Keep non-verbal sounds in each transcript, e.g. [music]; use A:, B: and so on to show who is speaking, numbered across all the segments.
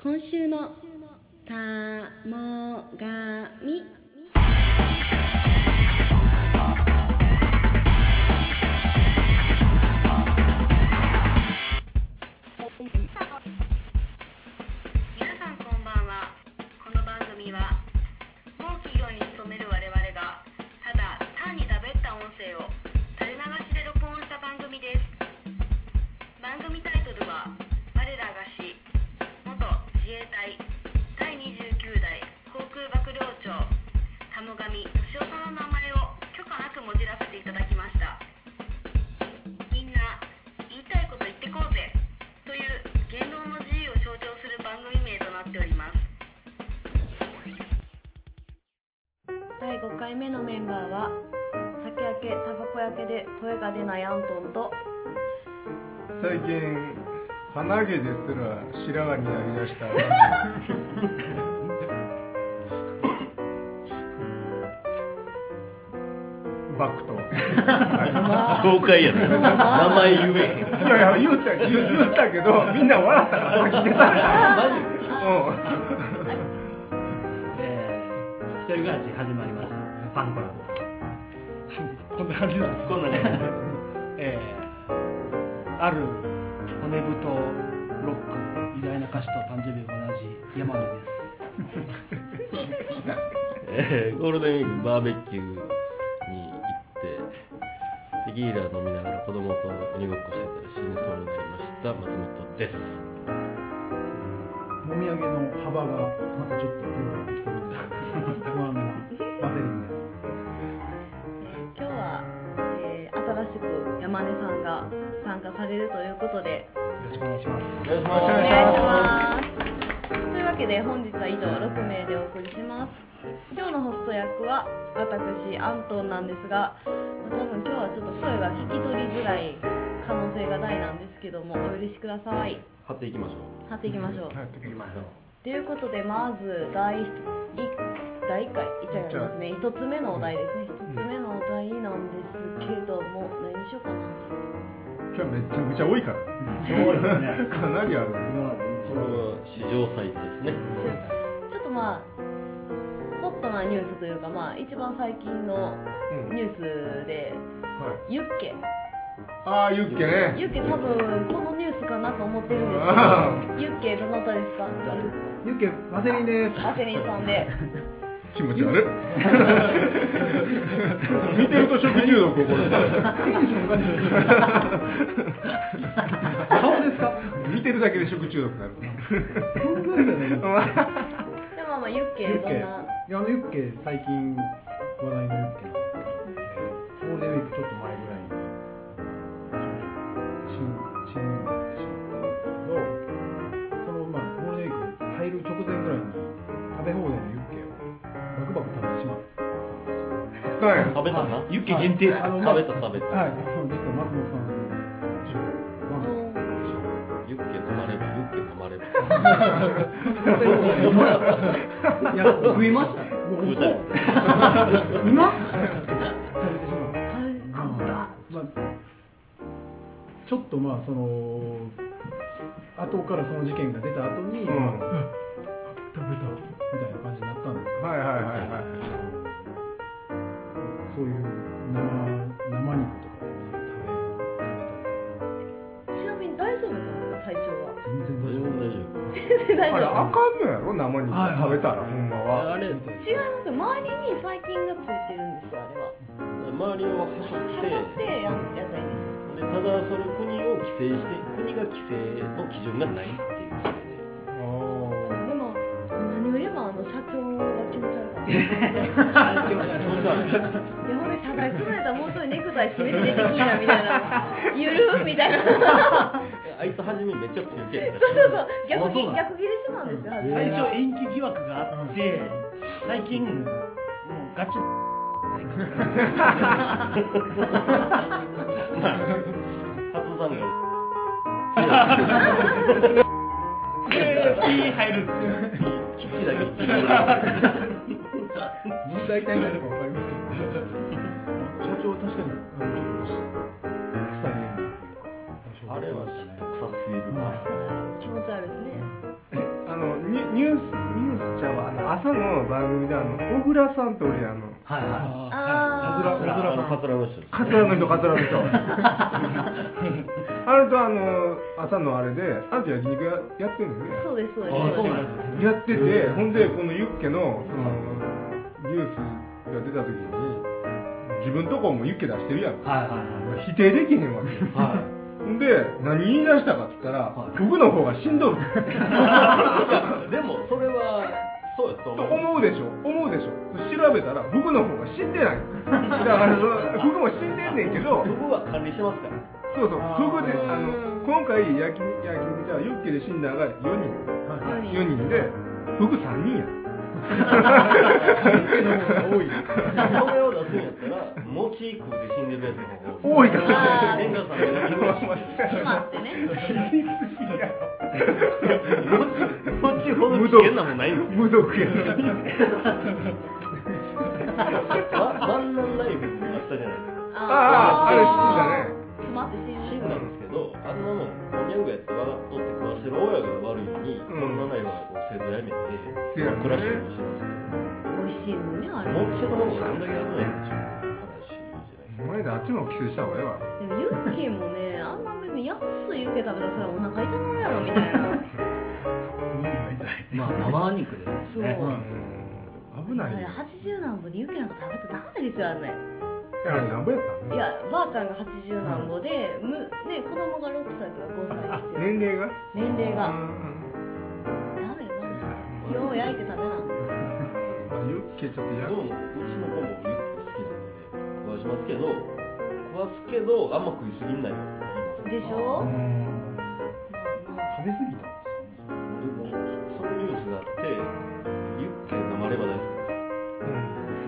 A: 今週のたもがみ
B: 皆さんこんばんはこの番組は某企業に勤める我々がただ単にだべった音声を垂れ流しで録音した番組です番組タイトルは「我らがし元自衛隊第29代航空幕僚長田母神敏夫さんの名前を許可なくもじらせていただきました」みんな言いたいこと言ってこうぜという言論の自由を象徴する番組名となっております
C: 第5回目のメンバーは酒焼けタバコ焼けで声が出ないアントンと
D: 最近鼻毛ですら白髪になりましたバクと
E: 公開やね。名前言えへん。
D: いやいや言った言言ったけどみんな笑ったから先消されたうん
F: えー、一人暮らし始まりました。パンコラ。こんな感じなんです
E: こんな感じです
F: えー、ある骨太ロック、偉大な歌手と誕生日が同じ山根です。
E: えーゴールデンウィークバーベキューに行ってテキーラ飲みながら子供と鬼ごっこしてたら死にそうになりました松本です
G: もみあげの幅がまたちょっと広がってきてるので不安なバセリンです
C: 今日は、えー新しく山根さんが参加されるということで
F: よろしくお願いしま
E: お
F: す。
E: 願いし
C: お願いしますというわけで本日は以上6名でお送りします今日のホスト役は私アントンなんですが多分今日はちょっと声が聞き取りづらい可能性が大なんですけどもお許しください
E: 貼っていきましょう
C: 貼っていきましょう
D: やってきましょう
C: ということでまず第一第一回一回ですね一つ目のお題ですね一つ目のお題なんですけども何にしようかな
D: 今日めちゃくちゃ多いから
F: そうですね。
D: かなりある
F: 今まで
E: これは史上最多ですね
C: ちょっとまあホットなニュースというかまあ一番最近の
D: うん
B: 嗯
C: ニュースで
D: はい
C: ユッケ
D: ああユッケね
C: ユッケ多分このニュースかなと思ってるんです
D: あ
C: けどユッケどなたですか
G: ユッケバセリンです
C: アセリンさんで
D: 気持ち悪い見てると食中毒起こる
G: 顔ですか
D: 見てるだけで食中毒になる
G: 全然じゃない
C: でもまあまあユッケ
G: ユッ
C: ど
G: ケ
C: ん
G: い
C: な
G: やあのユッケ最近話題のユッケなんですけどゴールデンウィークちょっと前ぐらいに死ん死ぬようになってしまったんですけどそのまあゴールデンウィーク入る直前ぐらいに食べ放題のユッケをバクバク食べてしまったんですよ
D: はい
E: 食べたな
F: ユッケ限定
G: あの
E: 食べた食べた
G: はい、あの実は松本さんの収録
C: う
G: は、
C: ん
E: ユッケ飲まればユッケ飲 [laughs] まれば
F: いや、食いました。
E: 食うたよ
G: うまっ食べてしまう。
C: 食べた
G: まあ、ちょっとまあその後からその事件が出た後に、
D: う
G: まあ
D: ん
G: 食べたみたいな感じになったんですけど、
D: はいはいはいはい
G: そういう生生肉とかってね食
C: ちなみに大丈夫なんですか体調
G: べ食べ
C: は
G: たり、全然
E: 大
G: 大
E: 丈
G: 丈
E: 夫
G: 夫。
C: 全然大丈夫
D: あれあか
E: 大丈夫
D: んのやろ生肉
G: はいはい
D: 食べたらほんまは
E: あれ
C: 違いますよ周りに細菌がついてるんですよあれは
E: 周りをはし
C: は
E: ょって
C: しょってやんやったらいいんですよ
E: でただそれ国を規制して国が規制の基準がないっていうことで
C: でも何を言えばあの社長が気持ち悪かったい
E: 気持ち悪い
C: [laughs]
E: 気持ち悪い
C: やほんで謝罪潰れたらもう一人ネクタイ締めて出てきいなみたいなゆるーみたいな
E: あいつ初めめっちゃ強気やった
C: そうそうそう逆
F: あ
C: ギ
F: そうなの
C: 逆ギレしてたんですよ初
F: 最
C: め
F: 初延期疑惑があって、最近、もうガチ。
E: [laughs] 初参加
F: [laughs] ピー入るんですよ。
E: [laughs] 基地だ
F: [laughs]
E: け切り取られて
G: も
E: る
G: う大体何かわかりますけど。社長は確かにあのちょっと臭いねっていうか。
E: あれは
G: ね
E: 嫉妬臭すぎる
C: 気持ち悪いですね
D: あのニュースニュースちゃうわあの朝の番組であの小倉さんと俺あの
H: はいは
C: あ
G: カツラ
E: あのカツラの人です
D: カツラの人カツラの
C: [laughs]
D: 人あれとあの朝のあれであんた焼肉ややってるんです
C: ー
D: よ
C: そうですそうです
H: い。ああ、そうなんですね。
D: ねやっててほんでこのユッケのそのニュースが出た時に自分とこもユッケ出してるやん
H: はいはいはい。
D: 否定できへんわけよ
H: はい。
D: ほんで何言い出したかっつったら
H: はい
D: 僕の方がしん
H: [laughs]
D: どる
E: いやでもそれはそうやと
D: と
E: 思う
D: 思うでしょ思うでしょ調べたら服の方が死んでないだからその服も死んでんねんけど
E: 僕は管理してますから
D: そうそう
G: あー
D: 服であの今回焼き肉焼き肉じゃあユッケで死んだのが4
C: 4
D: 人
C: 人
D: 4人で服3人や
G: 多い
E: それを出すんやったら餅食うて死んでるやつの方が
D: 多いかもしれない
C: あー
E: レンガさんが焼き餅食って
C: 決まってね
D: 死にすぎやろ
E: 餅餅ほど危険なもんないんですよ
D: 無毒やろ
C: ー
D: あああれ死んだね
E: まワンナンライブあったじゃないですか
C: 詰まって死ぬ
E: 死んだんですけどあんなもんこんにゃくやって笑っとって食わしてる親が悪いのに、
D: うん
E: そんなないわこう生徒やめて
D: せやね
E: 暮らしたりもしてますけ
C: 美味しいのねあれ
E: ど餅の方がどんだけ危ないんでしょうっていう話じゃないで
D: お
E: す
D: 前らあっちの方規制した方がええわ
C: でもユッケもねあんな別に安いユッケ食べたらそれはお腹痛なるやろみたいな
H: まあ、生肉です
C: そう、
H: ね。
D: うん危ない
C: あれ80何歩でユッケなんか食べたらダメですよあんね
D: あれなんぼやったの
C: いやばあちゃんが80何歩で、むね子供が6歳とか5歳
D: あ
C: ですよ
D: 年齢が
C: 年齢
D: う
C: が
D: ん
C: ダメダメよう焼いて食べな
D: まあユッケちょっとや
E: どうもうちの子もユッケ好きなんで食わしますけど食わすけどあんま食いすぎんないよって言い
C: で
E: ます
C: しょ
G: う
C: ま
G: ん
C: あまあ
G: 食べ過ぎたんですよね
E: でもそのニュースがあってユッケ生レバ大好きなんですよ
D: う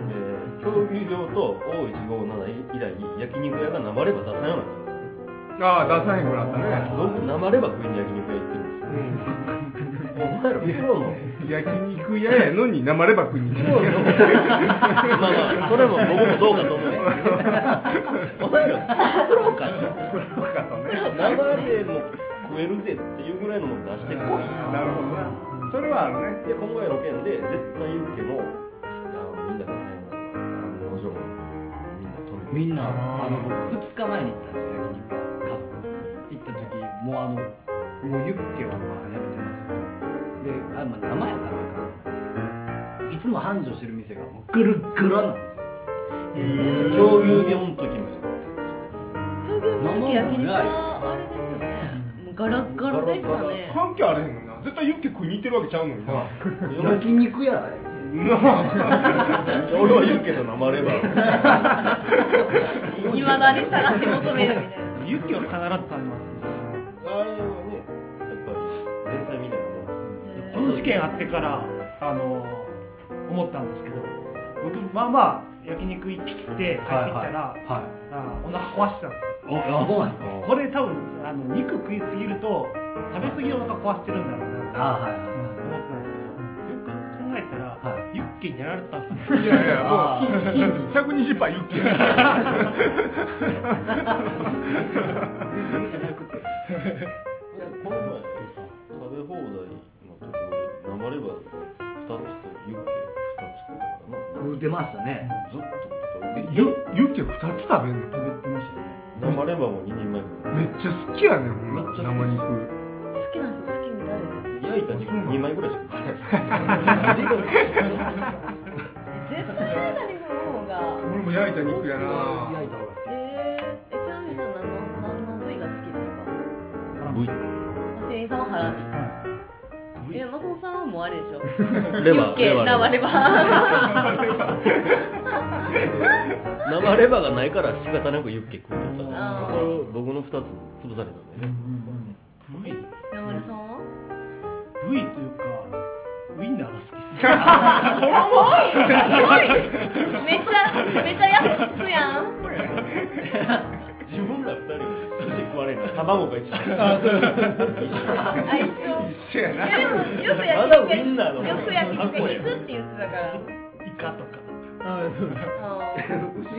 D: ん
E: で競技場と O157 以来焼肉屋が生レバ出さんようになったんですよね
D: ああ出さへんくなったね
E: 僕生レバ食いに焼肉屋行ってるんですよ
D: うん
E: お前らプロの
D: 焼肉屋やのに生レバ食いに行く
E: まあまあそれも僕もどうかと思うんですけどお前らプロかよ生でも食えるぜっていうぐらいのもの出してこい
D: なるほどなそれはあるね
E: で今回の件で絶対ユッケもあのみんながさよなら案の定みんな止めて
H: みんな、あの、僕、2日前に行ったんですよ、焼肉屋。家族で。行った時、もうあの、もうユッケはまあやめてますよ。で、あまあ、生やからあかん。いつも繁盛してる店がもうぐるっぐるなんですよ。
E: 恐竜病の時もやったんです
C: 東京
E: よ
C: の時焼肉はあれですよねもうガラッガラでしたね
D: 関係あれへんのにな絶対ユッケ食いに行ってるわけちゃうのになな
H: 焼肉やら、
E: 俺はユッケと生レバー
C: いまだに探し求めるみたいな
F: ユッケは必ず食べます
E: あれはねやっぱり連載みたいなもんですよ
F: この事件あってからあの思ったんですけど僕まあまあ焼肉行ってきて帰ってきたら、
H: はいはいはい
F: あお腹壊してたんですよ
H: お、あ、そうなんですか。
F: これ多分あの肉食いすぎると食べ過ぎでお腹壊してるんだろうな
H: あ、はいはいはい。
F: と思ってたんですけどよく考えたら、
H: は
F: ユッケにやられてたんですよ
D: いやいや [laughs]
H: あ
D: もうひひ120杯ユッケや
F: じゃなくて
E: いやこの前食べ放題の時俺生レバー2つとユッケ2つ食ったから
H: 食うてましたね。
E: なずっと食ってた
D: ユユッケ2つ食べんの
G: 食べてましたよね
E: 生レバーも2人前食った
D: めっちゃ好きやねほんま
E: めっちゃ好き
D: 生肉
C: 好きな人好きみたいですよ
E: 焼いた肉2枚ぐらいしか食わない
H: [laughs]
C: 絶対何もの方が
D: 俺も焼いた肉やな
H: 焼いた方が好き。
C: えー、えちなみに何の何の部位が好きですか
E: 部位
C: 店員さんはハラミえ松本さんはもうあれでしょ
E: レバー
C: ユッケ
E: レバー
C: 生レバー
E: 生レバーがないから仕方なくユッケ食うとったんです
C: あー
E: それを僕の2つ潰されたんでね
F: 部位
C: 山根さんは
F: 部位というかウインナーが好きです
C: めっちゃめっちゃ安くつくやん
E: 自分ら2人も寿司食われるの卵が一番
C: あ一緒
D: 一緒や
C: いや
D: な
C: でもよく
E: まだ
C: 焼
E: ウインナーの
C: 肉
E: 方が
C: よく焼肉行くって言ってたから
F: イカとか
G: ああそうだ
C: あ
H: [laughs] 牛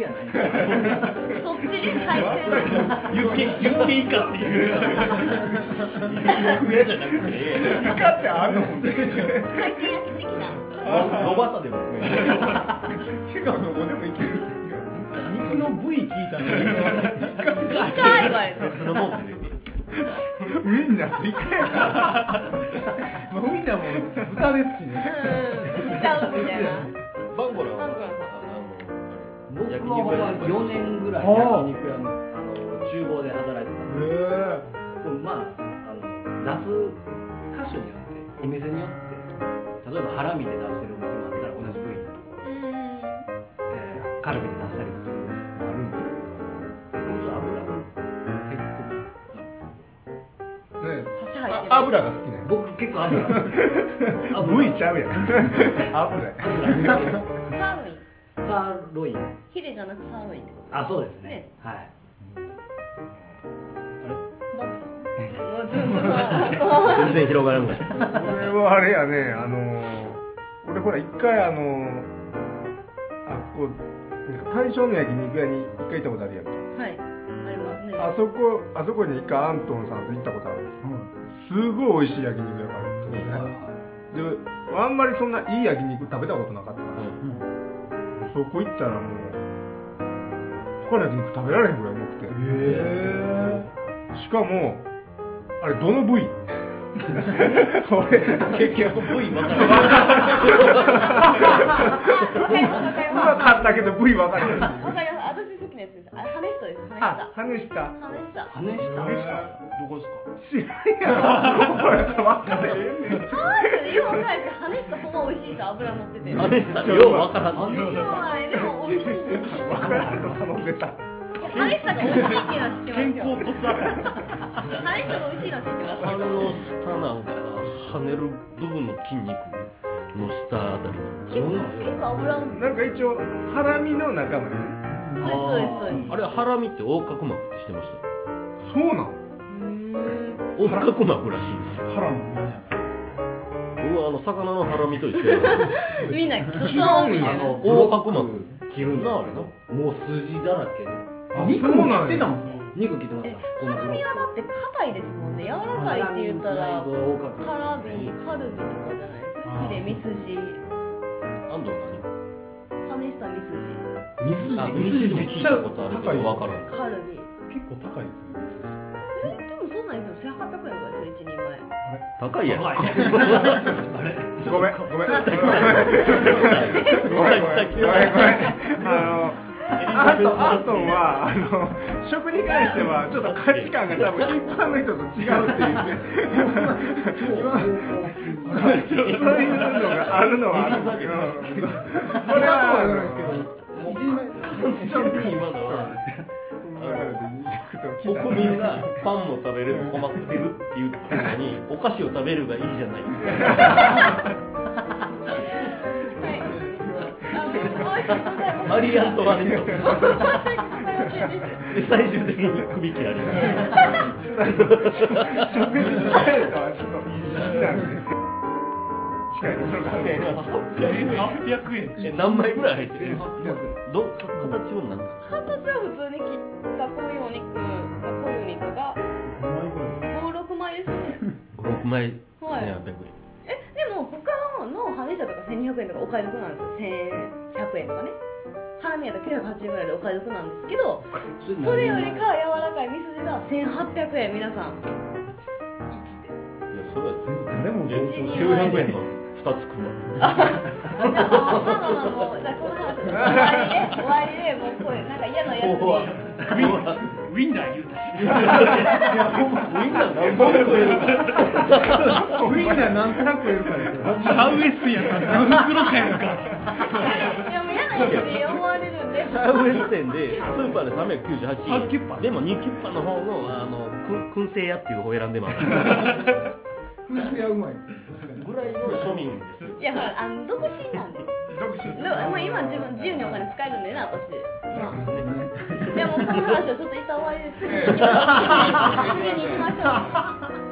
H: やない
C: ーそっちで採点
E: ユッケユッケ以下っていう上じゃなくてえ
D: イカってあんのほんで
B: 回転焼きしてきた
E: えやんロバタでも食える
D: てかどこでもいける
F: 肉の部位聞いたのに
C: イカ言われて
E: そのもんでね
D: ウインナーとイカや
G: まあウインナーも豚ですしね
D: [laughs]
C: うんちゃうみたいな
E: バンコラは
C: バンコラさん
E: あのあれ
H: 僕はほんま4年ぐらい
G: あー
H: 焼肉屋のあの厨房で働いてたんで
G: へ
H: でもまああの出す箇所によってお店によって例えばハラミで出してるお店もあったら同じ部位のとこ
C: うん
H: えーカルビで出したりするのもあるんですけど僕油が結
D: ね
C: 差し入ってる
D: あ油が好 [laughs] きな
H: 構僕結構油が好
D: やブ
H: き油
D: イちゃうやん油や
H: 油が好き
C: サーロイン
H: サーロイン
C: ヒレじゃなくサーロインってこと
H: あそうですね
C: ね
H: はい
C: バブさんもうちょっ
H: [laughs]
C: ともう
E: 全然広がらない
D: 俺はあれやねあのー俺ほら一回あのーあそこなんか大正の焼肉屋に一回行ったことあるやんか
C: はいありますね
D: あそこあそこに一回アントンさんと行ったことあるすごい美味しい焼肉屋があるんですよねであんまりそんないい焼肉食べたことなかったから、そこ行ったらもう他の焼肉食べられへんぐらいうまくて
G: え
D: しかもあれどの部位俺
E: 結局部位分からな
C: わ
E: い
C: かりますわかり
D: う
C: ま
D: まかったけど部位分かれへん
C: すわかります私好きなやつですあ羽下です羽下羽
D: あ羽下
C: 下
H: 羽下
F: どこですか
D: 知らんやろこれ分かれへんねん
C: 可愛いけど日本タイプ羽下ほんま美味しいです脂乗ってて
E: あれさよう分からん
C: そうなんやでも美味しいんですよ
D: 分からんの頼んでた
C: 羽下が美味しいっていうのは知ってます
E: 肩
C: よ羽
E: 甲骨あたり
C: 下が美味しいのは知ってます
E: 鼻の下なんか跳ねる部分の筋肉の下あたり
C: 結構結構脂乗って
D: なんか一応ハラミの仲間やね
C: そうですそうですそうです
E: あれハラミって横隔膜ってしてました
D: そうなの
E: 横隔膜らしいですよ
G: え腹もみんな
E: 僕はあの魚のハラミと一緒やな
C: みんなクソンみた
H: あ
C: いな
H: の
E: 横
H: 横
E: 隔
H: 隔
E: 膜
H: 膜
E: 切
H: 切
E: る
H: る
E: ん
H: ん
E: だ
H: だ
E: あれな
H: もう筋だらけで
D: 肉
G: 肉も
D: も
G: 切
D: 切っ
G: ってて
D: た
G: た
D: も
G: もん
D: ん
H: 肉切ってまし
C: え
H: た
C: ハラ
H: こんな
C: ミはだって硬いですもんね柔らかいって言ったら
H: ハラミのスライドは多
C: カラビカルビとかじゃ
H: かったですね
C: ないですかヒレミスジ
E: 安藤何
C: 羽下ミスジ
H: ミ
E: あミス
H: スジ
E: ジ聞いたことあるけど分からん
C: カルビ
G: 結構高いですよね
C: えでもそんなんですよ1800円ぐらいですよ一人前
E: 高いやん
H: 高い [laughs] あれ
D: ごめんごめんごめんごめんごめんあのアントンアントンはあの食に関してはちょっと価値観が多分一般の人と違うっていうねそういうのがあるのはあるんだけどそれはあの
G: 一人前
E: ちなみに今のは
D: 聞いた
E: 国民がパンも食べれず困ってるって言ってるのにお菓子を食べるがいいじゃない
C: はいあのすごい食材も
E: マリー・アントワネット
C: 偏見です
E: で最終的に首切られる
D: 食事スタイルとはちょっと好きなんで近いところがあるけど
F: 800円
E: え何枚ぐらい入ってるど形をなんか
C: 形は普通に切ったこういうお肉、まあ、こういうお肉が
G: 枚ぐらい
C: 56枚ですね
E: 6枚
C: はい
E: 1800円
C: えでも他の歯医者とか1200円とかお買い得なんですよ1100円とかねハラミやったら980円ぐらいでお買い得なんですけどそれよりか柔らかいミスジが1800円皆さん
E: いやそれは
G: 誰も
E: え
G: 同調し
C: 人前
E: 1400円の2つくま
C: じゃああまあまあまあもうじゃあこの話終わりで終わりでもうこういうなんか嫌なやつに
F: ウィンナー言うたし
E: みんな何本超えるか
G: ウインナーなんとなく言うからですよ
F: ハウエスやったら何袋かやん
C: い
F: か
C: やもう嫌なやつに思われるんで
E: サウエス店でスーパーで398円
F: あキュッパ
E: でも2キュッパの方のあのくん燻製屋っていう方を選んでもらった
G: 燻製はうまい
E: ぐらいの庶民ですよ
C: いやほらあの独身なんで
D: 独身
C: でももう今自分自由にお金使えるんでな私いやもうこの話はちょっと一旦終わりです次に次に行きましょ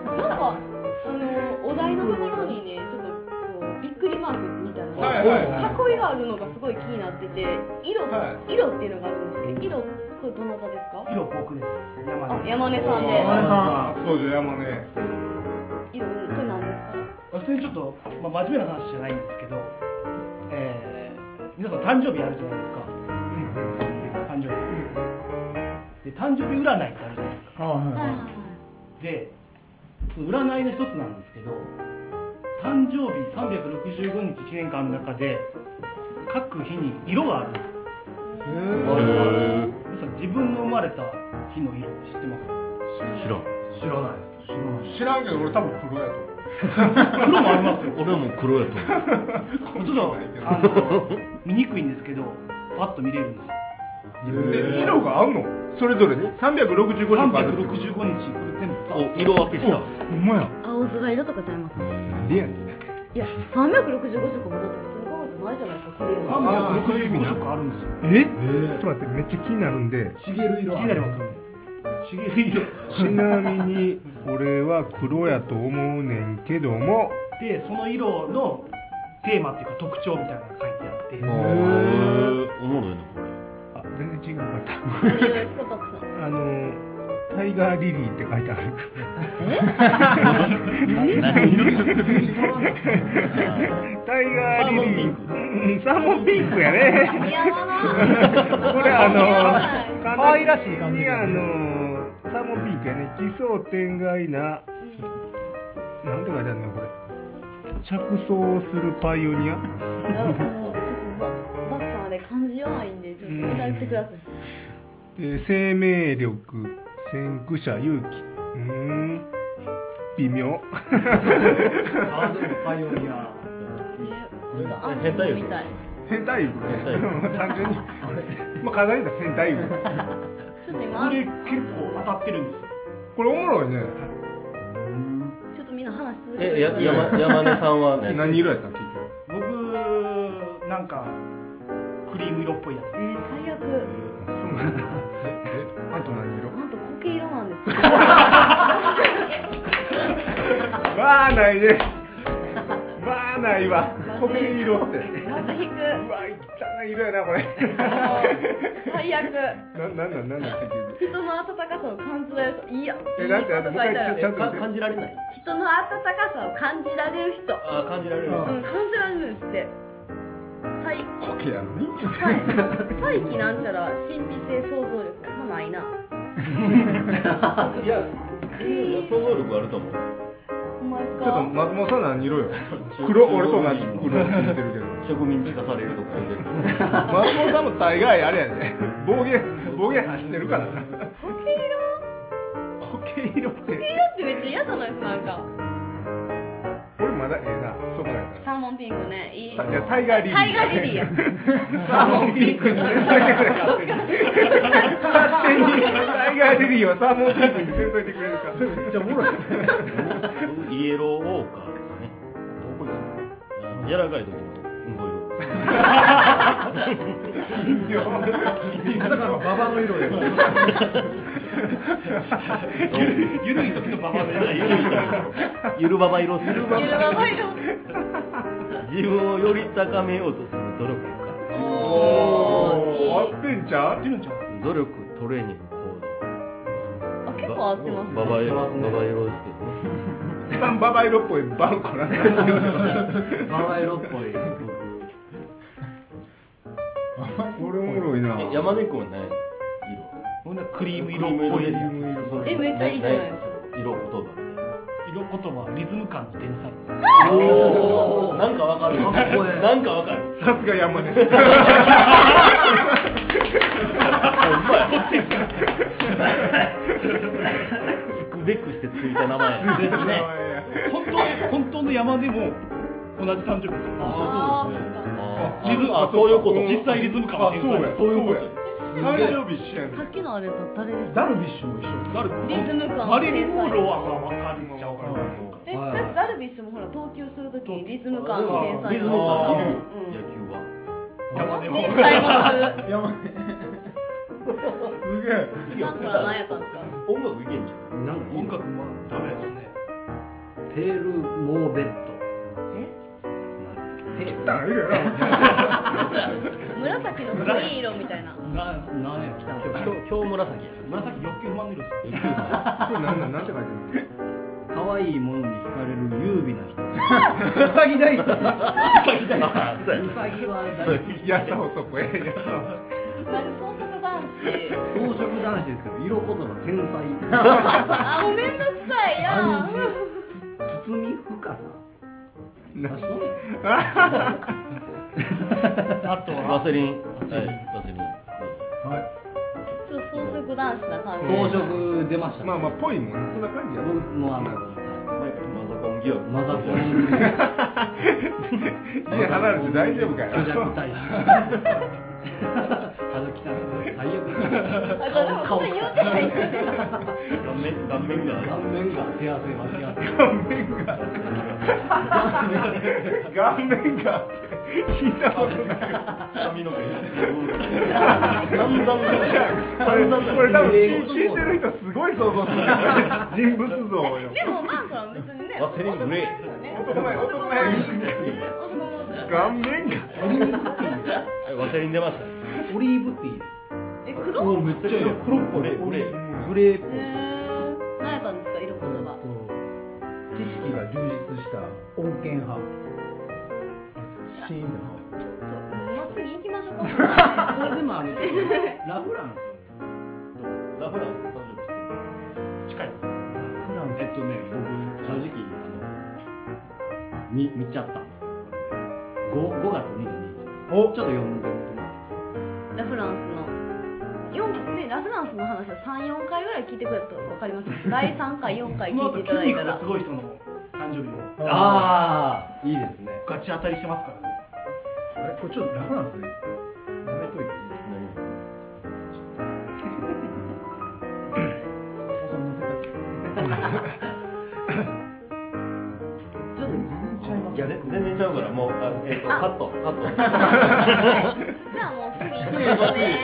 C: うなんかあのお題のところにねちょっとこうびっくりマークみたいなのが
D: はいはいはい
C: 囲いがあるのがすごい気になってて色、
D: は
C: 色っていうのがあるんですけど色これどなたですか
F: 色僕です山
C: あ
F: 根
C: 山根さんで
G: 山根さ
D: あそうじゃ山根
C: 色これ何ですか
F: 普通にちょっと、まあ、真面目な話じゃないんですけど、えー皆さん誕生日あるじゃないですか、誕生日、で誕生日占いってあるじゃないですか
G: あはいはい
F: でその占いの一つなんですけど誕生日365日1年間の中で各日に色があるんですよ皆さん自分の生まれた日の色知ってます
E: 知らん
H: 知らないです
G: 知らない
D: 知らんけど俺多分黒やと思う
F: 黒もありますよ
E: 俺も黒やと思う
F: ちょっとあの見にくいんですけどパッと見れるんですよ
D: え色があんのそれぞれ365日あるってこと
F: 365日これ全部ザーッ
E: お色分けした
D: ほんまや
C: 青空色とかちゃいます
D: 何やねん
C: いや365色もだって普通に考えてないじゃないですか綺麗な
F: 365色あるんですよ
D: えちょっと待ってめっちゃ気になるんで
G: 茂る色
F: 気
G: あ
F: になりますよね茂る色
D: ちなみに俺は黒やと思うねんけども
F: でその色のテーマっていうか特徴みたいなのが書いてあって
E: へーおもろいなこれ
D: あ全然違うかった
C: 何ですかたくさん
D: あのタイガーリリーって書いてある
E: 何色言ってる
D: タイガーリリーうんサーモンピンクやね
C: 山な
D: これあ
C: はい
D: の
F: 可愛らしい感じ
D: にあのサーモンピンクやね奇想天外ななんて書いてあるのこれ着想するパイオニア
C: あもうちょっとババッサーで漢字弱いんでちょっと歌ってください
D: で生命力先駆者勇気うーん微妙
F: あでもパイオニア
C: ちょっとアンテみたい
D: 変態欲ね
E: 変態
D: 単純に [laughs] まあ簡単に言ったら変態欲
C: ちょっと今
F: これ結構当たってるんですよ
D: これおもろいね
C: ちょっとみんな話し続け
E: え
C: て
E: や山山根さんはね
D: 何色や [laughs] った結局
F: 僕なんかクリーム色っぽいやつ
C: えー、最悪
D: あと何色
C: なんと苔色なんですよ
D: わあないねわあないわ苔色って
C: まず引く
D: うわ汚い色やなこれ
C: 最悪
D: ななんなんなんなん結局
C: 人の温かさを感じられる人いやい
D: え
C: い
D: だ
C: こ
D: ってだって
C: と書いてあ
D: もう一回ちゃ
C: る
D: んと
E: か感じられない
C: 人の温かさを感じられる人
E: あ感じられる
C: うん感じられるんですって最
D: 苔やのに [laughs]
C: はい、再起なんちゃら神秘性想像力まあないない
E: や想像力あると思う
C: ほんまです
D: ちょっと
C: か
D: 松本さん何色よ黒俺と同じ黒って言ってるけど
E: 植民地化されるとか言ってる
D: 松本さんも大概あれや
C: [laughs]
D: ね暴言暴言発してるからな
C: 時計色
D: 苔色っ
C: 時計
D: て
C: 色ってめっちゃ嫌じゃないですかなんか
D: 俺まだええなそう考え
C: サーモンピンクねいい
D: たらじゃあタイガーリリー
C: タイガーリリーや
D: サーモンピンクにせんといてくれ勝手にタイガーリリーをサーモンピンクにせんといてくれるか
G: それめっちゃおもろい
E: イエローウォーカーですかね
G: どこ行くの
E: あの柔らかい時のうんこ色
D: 金魚
G: だから馬場の色や
F: ゆるい時とババでない
E: ゆるばば色する
C: ゆるばば色
E: 自分をより高めようとする努力か
C: おーいい
D: 合ってんちゃう
E: 努力トレーニング
C: あ
E: 行動
C: 結構合ってます
E: バ
C: ね
E: バ色ババ色ですけどね
D: 一番ババ色っぽいバンコ
G: [laughs]
D: なんだ
H: ババ色っぽい
D: これおもろいな
E: え山根君は何
F: こんなクリーム
E: 色
F: 色っぽい
E: 色色
F: 色
C: えめっちゃいいじゃないですか
E: 色言葉みたいな
F: 言葉リズム感の天才
E: おーなんかわかるなんかわかる
D: さすが山根 [laughs]
E: [laughs] つくべくしてついた名前ですね
F: 本当に本当の山でも同じ誕生日ですよ
C: あーそっか
E: リズムあそういうこと
F: 実際リズム感の天才
D: あそうや
F: そういうこ
D: そう
F: と
D: や誕生日一緒やね
C: さっきのあれだ誰でした
G: ダルビッシュも一緒
F: なるほど
C: リズム感
F: マリリン・モンローはまあ分かるっちゃ分かるけど
C: えだってダルビッシュもほら投球するときにリズム感の天才
E: リズム感いるよ野球は
F: 山根も
C: 天才もする
G: 山根すげえ
C: サンプラ何やったんですか
E: 音楽いけんじゃ
H: なんかいい
F: 音
H: の
F: 楽もダメですね
H: テールモーベッド
C: え
H: なんですけどテープ
D: 汚いよ
C: 紫の濃い色みたいな
H: ななんや
E: 今
H: 汚
E: 日
H: い
E: 今日今日紫や
F: 紫欲求不満でるんですよ
D: なこれなんなんなんて書いてるの
H: 可愛いものに惹かれる優美な人 [laughs]
G: うさぎ大好き
E: [laughs] ああそうや
H: うさ [laughs] ぎは大好き
D: やったほそこへやったほ
C: なんか装飾男子
H: 草食男子ですけど色言葉天才
C: あもうめんどくさいやん
H: 包み深さ
D: な
H: 私の
F: あと
E: ワ
F: は
E: セリンはいワセリン
C: ち
E: ど
C: ょっと装飾男子な感じ
H: 装飾出ましたね
D: まあまあぽいもんねそんな感じや
H: 僕もうあの
E: うぞマイクとマザコン疑惑
H: マザコン
D: 家離れて大丈夫かよ
H: 虚弱体質肌汚い最悪
C: あこれでもそれ言うてないよね
E: 顔面顔面が
H: 顔面が手汗は手汗
D: 顔面が顔面が聞いたことない
E: 髪の毛
H: 散々なの
D: これこれ多分聞い聞いてる人すごい想像するよ人物像よ
C: でもマンさんは別にね
E: 忘れん
C: 男
E: ぐ
C: 前
E: れ
C: ですよね
D: 男前男前
C: 男前ですよね
D: 顔面が
H: オ
E: ワ
H: リーブティー
E: セリン出ました
H: オリーブティーです
C: え黒
H: めっちゃ黒っぽい
E: グレー
H: グレーっぽい
C: えー何やったんですか色言葉
G: 知識が充実した穏健派シーンだ
C: ちょっとまあ次行きましょうか
H: これでもあれラフランス
E: ラフランス誕生日してる
F: 近いです
G: フランス
H: えっとね、僕、正直、あの、見、見ちゃったんですよ。5, 5月22日です。
G: お
H: ちょっと読んでみてもらっていいです
C: ラフ
H: か
C: ランスのよんね、ラフランスの話は34回ぐらい聞いてくれたと分かります第3回4回
F: その
C: 聞いて
F: 後
C: い
F: 筋
C: ただいたら
F: 肉がすごい人の誕生日も
H: ああ、いいですね。
F: ガチ当たりしてますからね
G: あれこれちょっとラフランスでやめといていいお金載せた全然ちゃ
H: ちょっと、
G: います
E: いやぜ全然ちゃうからもうあえっとカットカット
C: じゃあもう次行きましょうね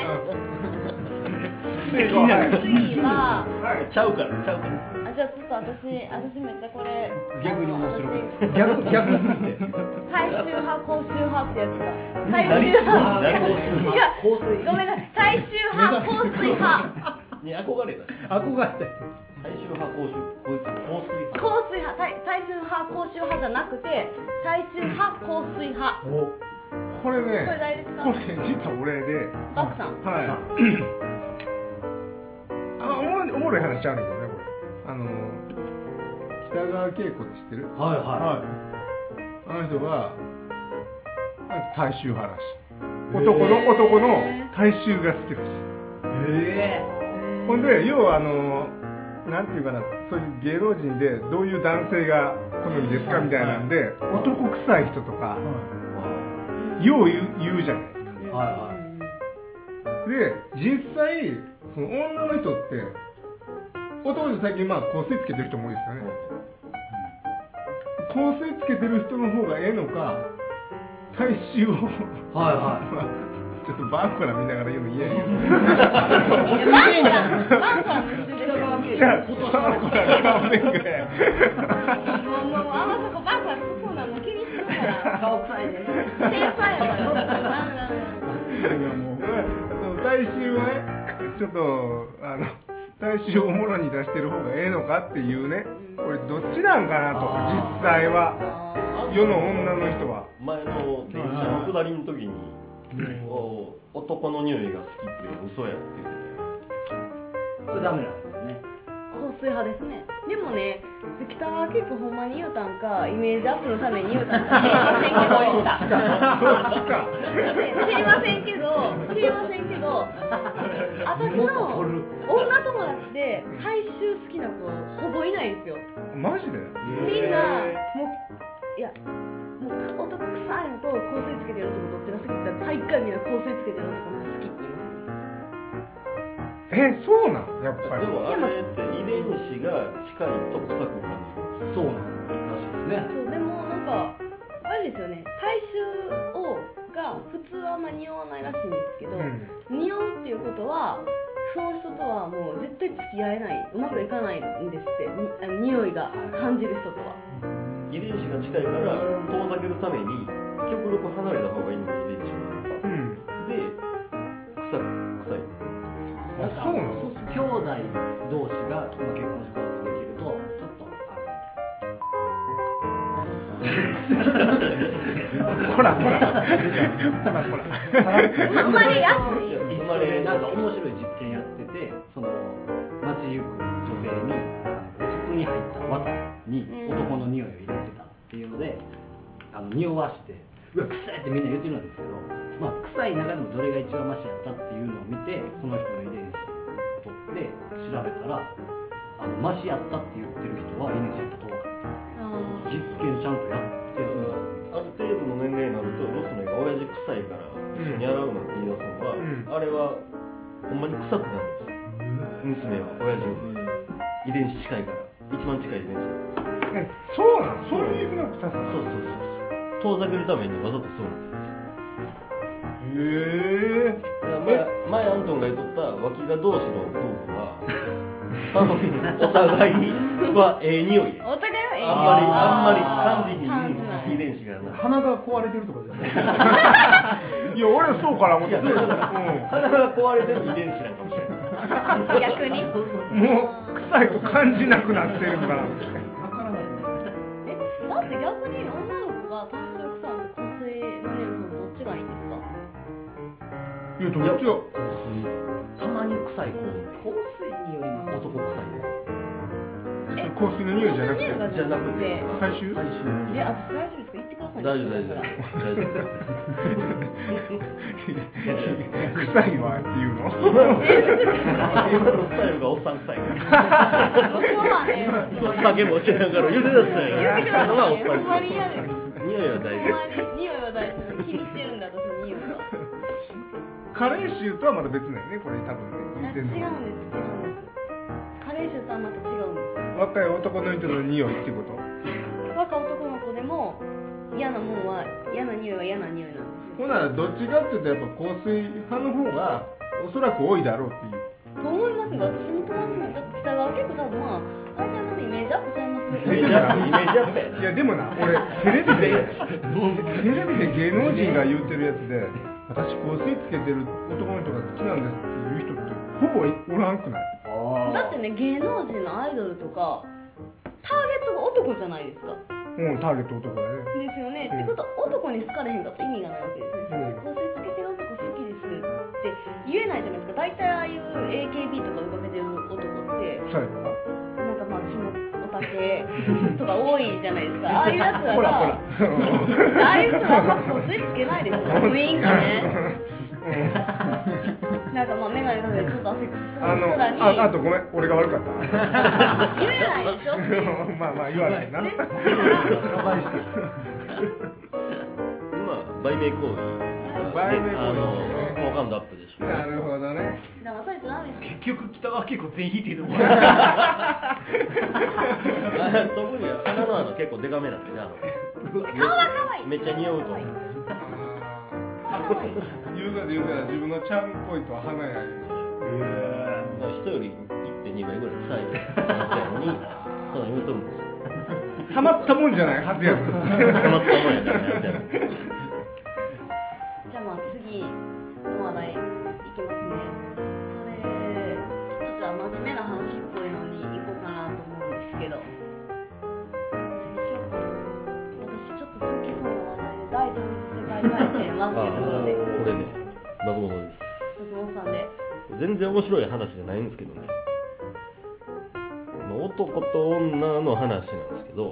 D: 気になる
C: 次は
E: ちゃうからちゃうから
C: あじゃあちょっと私私めっちゃこれ
H: 逆に面
D: [laughs]
H: 白く
C: い
G: 逆逆すぎて
C: 大衆派公衆派ってやつだ大衆派
E: 誰
H: 香
C: 違
H: 水派香水
C: うごめんなさい大衆派香水派
E: に憧れ
G: [laughs]
E: た
G: 憧れた
E: 大衆派公衆公衆香水派
C: 香水派大大衆派公衆派じゃなくて大衆派香水派こ
G: お
D: これね
C: れ誰ですか
D: これ実は俺で、
C: ガクさん
D: はい。 [clears throat] あ、おもろいおもろい話ちゃうねんけどね、これ。あの北川景子って知ってる？
H: はいは
D: あの人は大衆派らしい。男の男の大衆が好きらしい。
H: い。え
D: ほんで要はあのなんていうかなそういう芸能人でどういう男性が好みですかみたいなんで男臭い人とかよう言う言うじゃないですか
H: えはいは
D: で実際その女の人って男で最近まあ香水つけてる人も多いですよね香水つけてる人の方がええのか体臭を
H: い。はい
D: [laughs]
H: は
D: ちょっとバンコラ見ながら言うの嫌
H: [laughs]
D: やけど
C: いやバンさんバンさんと一緒ですよもう
D: じゃあバンコラ顔面ぐらい
C: もうあんまそこバンさん突っ込んだの気にしなが
H: い。
C: ら
H: 顔臭いです。
C: 繊細やからダメダメダメ
D: [laughs] その大衆はねちょっとあの大衆をもろに出してる方がええのかっていうねこれどっちなんかなと
H: あー
D: 実際は
C: あ
D: 世の女の人は
E: 前の電車の下りの時に、お男の匂いが好きっていうの嘘やって言って
H: それダメなんですよね。
C: ー香水派ですねでもね北川景子ほんまに言うたんかイメージアップのために言うたんか知りませんけど
D: そっちかそ
C: 知
D: っちか
C: りませんけど知りませんけど私の女友達で大衆好きな子ほぼいないですよ
D: マジで
C: みんなもういやもう男臭いのと香水つけてる男どっちが好きって言ったら大会みんな香水つけてる男の方が好きって言います
D: えそうなんやっぱ
E: た
D: り
E: でもあれって遺伝子が近いと臭く感じる
H: そうなんらしいですね。
C: そうでもなんかあれですよね大衆をが普通はあんま匂わないらしいんですけど、
D: うん
C: 匂うっていうことはその人とはもう絶対付き合えないうまくいかないんですってにあの匂いが感じる人とは
E: 遺伝子が近いから遠ざけるために結極力離れた方がいいのに入れてしま
D: う
E: う。
D: ん
E: で、臭く、臭い。
D: あそうなの
H: 兄弟同士が、まあ、結婚して子供ができるとちょっと
D: [laughs] ほらほら
H: [laughs]
D: ほらほら
C: 生まれやすい
H: あの一緒でなんか面白い実験やっててその街行く女性にあの筒に入った綿に男の匂いを入れてたっていうのであの匂わしてうわ臭いってみんな言ってるんですけど、まあ、臭い中でもどれが一番マシやったっていうのを見てその人の遺伝子取って調べたらあのマシやったって言ってる人は遺伝子やったとかった実験ちゃんとやってるんですよ
E: ある程度の年齢になると娘が親父臭いから一緒に洗うなんて言い出す
D: ん
E: のは、あれはほんまに臭くなるんですよ娘は親父の遺伝子近いから一番近い遺伝子
D: えそうなのそういうふうな臭さなの
E: そうそうそうそう遠ざけるためにわざとそうなんですよ
D: へえ
E: だから前前アントンが言っとった脇が同士の夫婦 [laughs] は多分お互いはええ匂いや
C: お互いは営
E: あ
C: 業
E: んま
C: あ感じ
E: りあんまり感じ
C: ない
E: ひん遺伝子がない
G: 鼻が壊れてるとかじゃない
D: いや俺はそうかな思ってたうん
E: 鼻が壊れてる遺伝子なんかもしれない
C: [laughs] 逆に
D: もう臭いと感じなくなってるか
G: わ
D: ら
G: からない
C: えだって逆に女の子が単色さんと香水マネルさんどっちがいいんですか
D: いやどっちだ
E: 香水たまに臭い子おんねん
H: 香水によります
E: 男臭い
D: それ香水の匂いじゃなくて
C: 香水の匂いが
E: じゃなくて
D: 最終
E: 最終の
C: え私大丈夫ですか言ってください
E: 大丈夫大丈夫 [laughs] 大丈夫
D: 臭いわって [laughs] いうの
E: 今のスタイルがおっさん臭いから
C: そこはね
E: 酒もしながら言ってください
C: 言ってくだ
E: のが
C: さ
E: お
C: い
E: っ
C: ほん
E: さ
C: ま
E: ん
C: に
E: 臭い
C: 嫌です
E: 匂いは大
C: ほんまに匂いは大事
E: 事
C: 気にしてるんで私匂いは
D: カレー臭とはまた別だよねこれ多分ね言って
C: 違うん
D: ん
C: です違
D: の
C: うんですカレー臭とはまた違うんです
D: 若い男の人の匂いっていうこと
C: 若男の子でも嫌なもんは嫌な匂いは嫌な匂いなんですよ
D: ほんならどっちかっていうとやっぱ香水派の方がおそらく多いだろうっていう
C: と思いますね私の友達もだって北川結構多分まあ愛ちゃんのイメージアップちゃいます
E: イメージアップイメージアップやない
D: やでもな俺テレ
E: [laughs]
D: ビでテレビで芸能人が言ってるやつで私香水つけてる男の人が好きなんですっていう人ってほぼおらんくない
C: だってね芸能人のアイドルとかターゲットが男じゃないですか
D: うんターゲット男だね
C: ですよね、
D: うん
C: ってことは男に好かれへんかったら意味がないわけですね、すごい
D: うん
C: 香水つけてる男好きですって言えないじゃないですか大体ああいう AKB とか追いかけてる男って
D: 臭いのが
C: なんかまあ下おたけとか多いじゃない
D: [laughs]
C: ですかああいうやつらが
D: ほらほら
C: ああいう人はあんま香水つけないですよね雰囲気ねなんかまあ眼鏡かけてちょっと汗くす
D: あ
C: 人らに
D: のああとごめん俺が悪かった
C: [laughs] 言えないで
D: [laughs]
C: しょっていう
D: まあまあ言わないな
C: ね
E: 今売名行為が
D: 売名行
E: ね
D: 為
E: あの好感度アップでしょ
D: なるほど
E: [laughs]
D: ね
C: 騙されちゃダメです
F: 結局北は結構全員引いてると思う
E: あ特に鼻の穴結構デカめなんでねあの
C: 顔は可愛い
E: めっちゃ匂う
C: 可
E: と思
C: 愛いう可愛い
D: 優雅で優雅な自分のチャームポイントは花や
E: 人より1.2倍ぐらい臭い話やのにただ言うとるんですよ
D: たまったもんじゃないはずやの
E: たまったもんやからねあれやね
C: じゃあまあ次の話題いきますねこれちょっとじゃあ真面目な話っぽいのに行こうかなと思うんですけど何しようかな私ちょっと好きそうな話題で第三次世界大戦はっていうところで
E: あこれね松本です
C: 松本さんで
E: 全然面白い話じゃないんですけどねまあ男と女の話なんですけど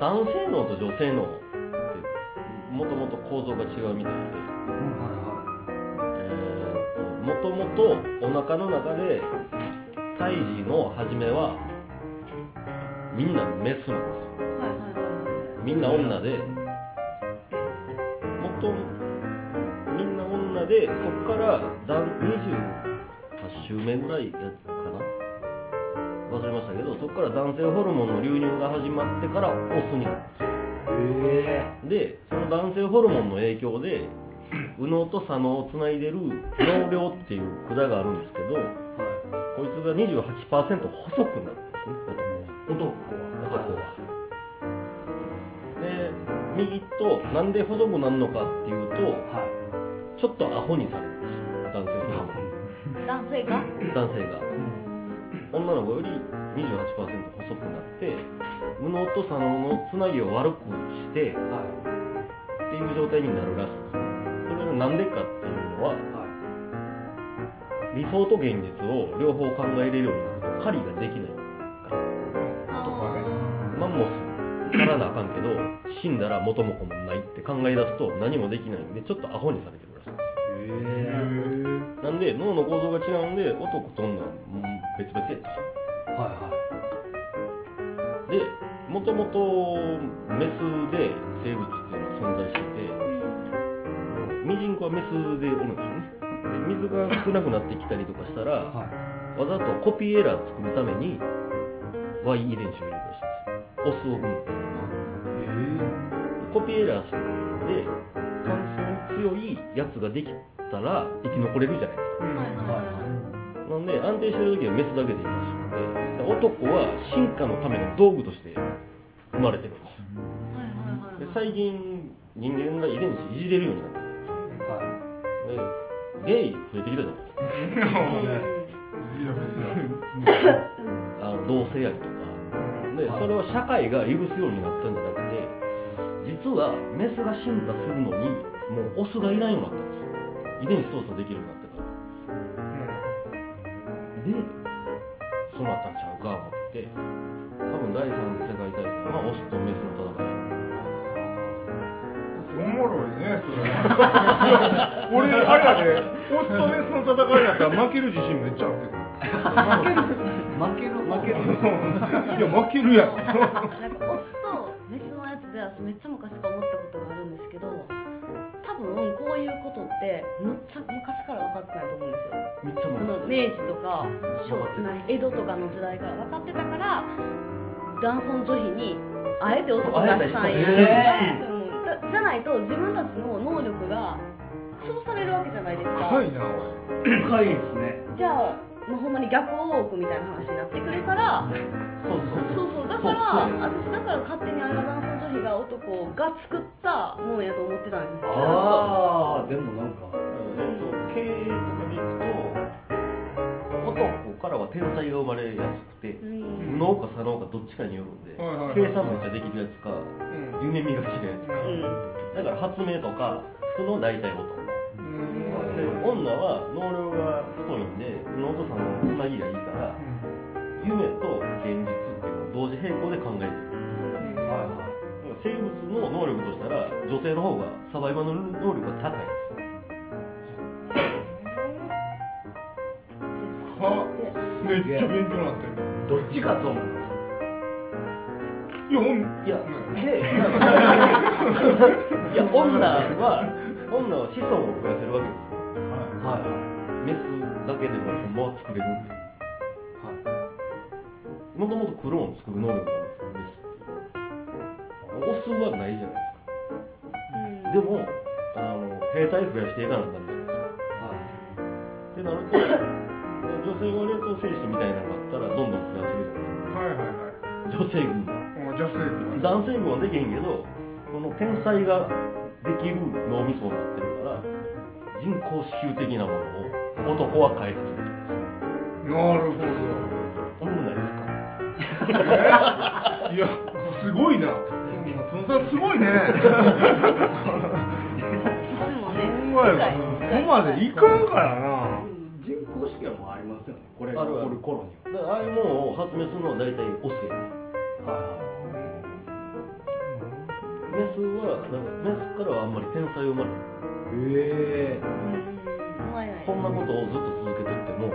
E: 男性脳と女性脳ってもともと構造が違うみたいでもともとお腹の中で胎児の初めはみんなメスなんですよ
C: はいはいはい
E: みんな女でもっとみんな女でそこからだん28週目ぐらいやったかな忘れましたけどそこから男性ホルモンの流入が始まってからオスになるんですよでその男性ホルモンの影響で右脳と左脳をつないでる脳量っていう管があるんですけどこいつが28%細くなるんですね男は
H: 男は
E: 男は。で右となんで細くなるのかっていうと
H: は
E: ちょっとアホにされるんですよ男
C: 男
E: 性ホルモン
C: 性が
E: 男性が、女の子より28%細くなって右脳と左脳のつなぎを悪くして
H: いは
E: っていう状態になるらしいんですねそれが何でかっていうのはい
H: は
E: 理想と現実を両方考えれるようになると狩りができないマンモス狩らなあかんけど死んだら元も子もないって考え出すと何もできないんでちょっとアホにされてるらしいんですよなんで脳の構造が違うんで男と女はもう別々やと
H: いは
E: でもともとメスで生物っていうのは存在しててミジンコはメスでおるんですよねで水が少なくなってきたりとかしたら
H: いはい
E: わざとコピーエラー作るために Y 遺伝子を入れるらしいんですよオスを産むコピーエラーしてで乾燥に強いやつができたら生き残れるじゃないですか
C: はいはいは
E: なんで安定してる時はメスだけでいいらしくてで男は進化のための道具として生まれてるんで
C: いは
E: す
C: いはいはい
E: で最近人間が遺伝子いじれるようになってるんですよで
H: は
E: ゲイ増えてきたじゃないですかあの同性愛とかでそれは社会が許すようになったんじゃなくて実はメスが進化するのにもうオスがいないようになったんですよ遺伝子操作できるようになってからでそうなったんちゃうか思って多分第三次世界大戦はオスとメスの戦い
D: おもろいねそれ俺あれやでオスとメスの戦いやったら負ける自信めっちゃある
H: い負ける負ける
D: けどいや負けるやん
C: なんかオスとメスのやつで私めっちゃ昔から思ったことがあるんですけど多分こういうことってむっちゃ昔から分かってないと思うんですよ
E: めっちゃ
C: その明治とか昭なんか江戸とかの時代から分かってたから男尊女卑にあえて男出したんや、
H: え
C: うんだじゃないと自分たちの能力が潰されるわけじゃないですか、
D: 深いなおい
H: 深いですね
C: じゃあ、まあ、ほんまに逆王国みたいな話になってくるから
E: そうそう
C: そうそうだから私だから勝手にあれは男尊女卑が男が作ったもんやと思ってたんです
H: ああでもなんか
E: えっと経営とかでいくと男からは天才が生まれやすくて
C: うん
E: 右脳か左脳かどっちかによるんで
D: はいはいはい
E: 計算めっちゃできるやつか夢磨きの
C: うん
E: やつかだから発明とかその大体男で女は能量が太いんで脳と左脳のつなぎがいいから夢と現実っていうのを同時並行で考えてる
H: はいは
E: 生物の能力としたら女性の方がサバイバルの能力が高いんです
D: はめっちゃ勉強になってる
H: いどっちかと思います
D: いやほん
E: いや、で、 [laughs] いや、女は、女は子孫を増やせるわけですよ。
H: はいは
E: メスだけでも、ほんまは作れるんで。もともとクローンを作る能力があるんですよ、メスっていうのは。オスはないじゃないですか。でも、あの、兵隊増やしていかなあかんじゃないですか。ってなると、女性が冷凍精子みたいなのがあったら、どんどん
D: はいはいは
E: 増やせるじゃないですか。女性軍が。
D: いもう女性軍
E: 男性軍はできへんけどこの天才ができる脳みそになってるから人工子宮的なものを男は開発できるんですよ
D: なるほ [laughs]
E: おもろないです
D: どいやすご
E: か
D: いなそさんすごいね
C: でも
D: ほ
C: ね
D: んまやそこまでいかんからない
H: 人工試験もありますよねこれ
E: あ
H: が
E: るある
H: 起こる頃に
E: だからああいうものを発明するのは大体オスやね
H: ははい
E: メスはなんかメスからはあんまり天才生まれ
H: はいへえ
C: うん思えない
E: こんなことをずっと続けてっても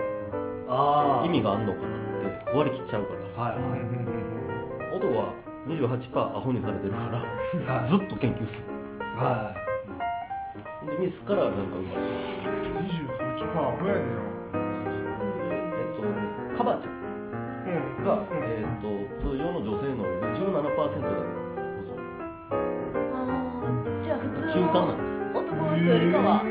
H: ああ
E: 意味があんのかなって割り切っちゃうから
H: はいはい
E: 男は28%アホにされてる
H: [laughs]
E: からずっと研究する
H: は
E: でミスからなんか生まれて
D: 28パー増やね
E: えっとねカバちゃんが、えー、と通常の女性の17%だったんですよ
C: あーじゃあ普通
E: 中間な
C: の
E: んです
C: 男
D: う
C: の
D: ん
C: 人よりかは
D: へ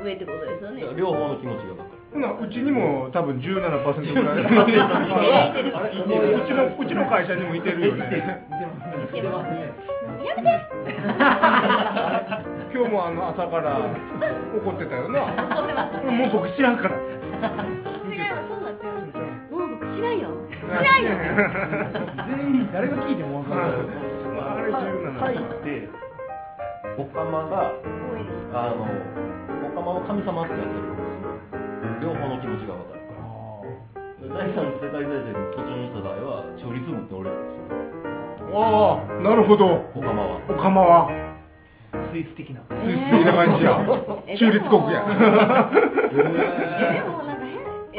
D: え
C: 上ってことですよね
E: だから両方の気持ちが分か
D: ほなうちにも多分17%ぐらい [laughs]
C: いてる
D: うちのうちの会社にもいてるよね
H: い
C: い
H: 見てます
C: けます
G: ね
C: やめて
D: 今日もあの朝から怒ってたよ [laughs] な
C: 怒ってました
D: もう
C: ね
D: 僕知らんから
C: 違いますそうなっちゃいます
D: じゃ
C: もう僕知らんよ知らんよ
D: [laughs]
G: 全員誰が聞いても分から
E: [laughs]
G: ない
D: ああれ17
E: タイってオカマが
C: 多いです
E: あのオカマを神様扱いされるんですよ両方の気持ちが分かるから第三次世界大戦に突入した場合は中立部って俺らですよ
D: ああなるほど
E: オカマは
D: お釜は
F: スイス的な
D: スイス的な感じや
C: [laughs] え
D: 中立国や
C: でえでもなんか変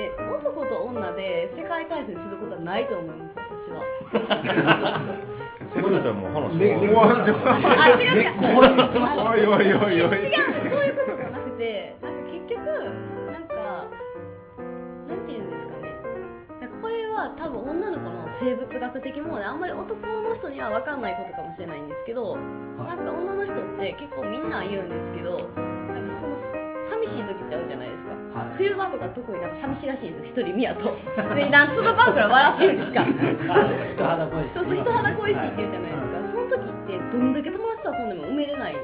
C: え男と女で世界大戦することはないと思います私は
E: 俺らじゃもう話
D: ね
E: 終
D: お
E: わ
D: わちょ
C: あ違う違う
D: [laughs] おいおいおいおい
C: 違うそういうことじゃなくてなんか結局なんかなんていうんですかねなんかこれは多分女の子の生物学的ものであんまり男の人には分かんないことかもしれないんですけど、なんか女の人って結構みんな言うんですけどなんかその寂しい時ってあるじゃないですか、冬場とか特になんか寂しいらしいんですよ一人見やとでなんその晩から笑ってるんですか
H: 人肌恋しい
C: そうそう人肌恋しいって言うじゃないですかその時ってどんだけ友達と遊んでも埋めれないっ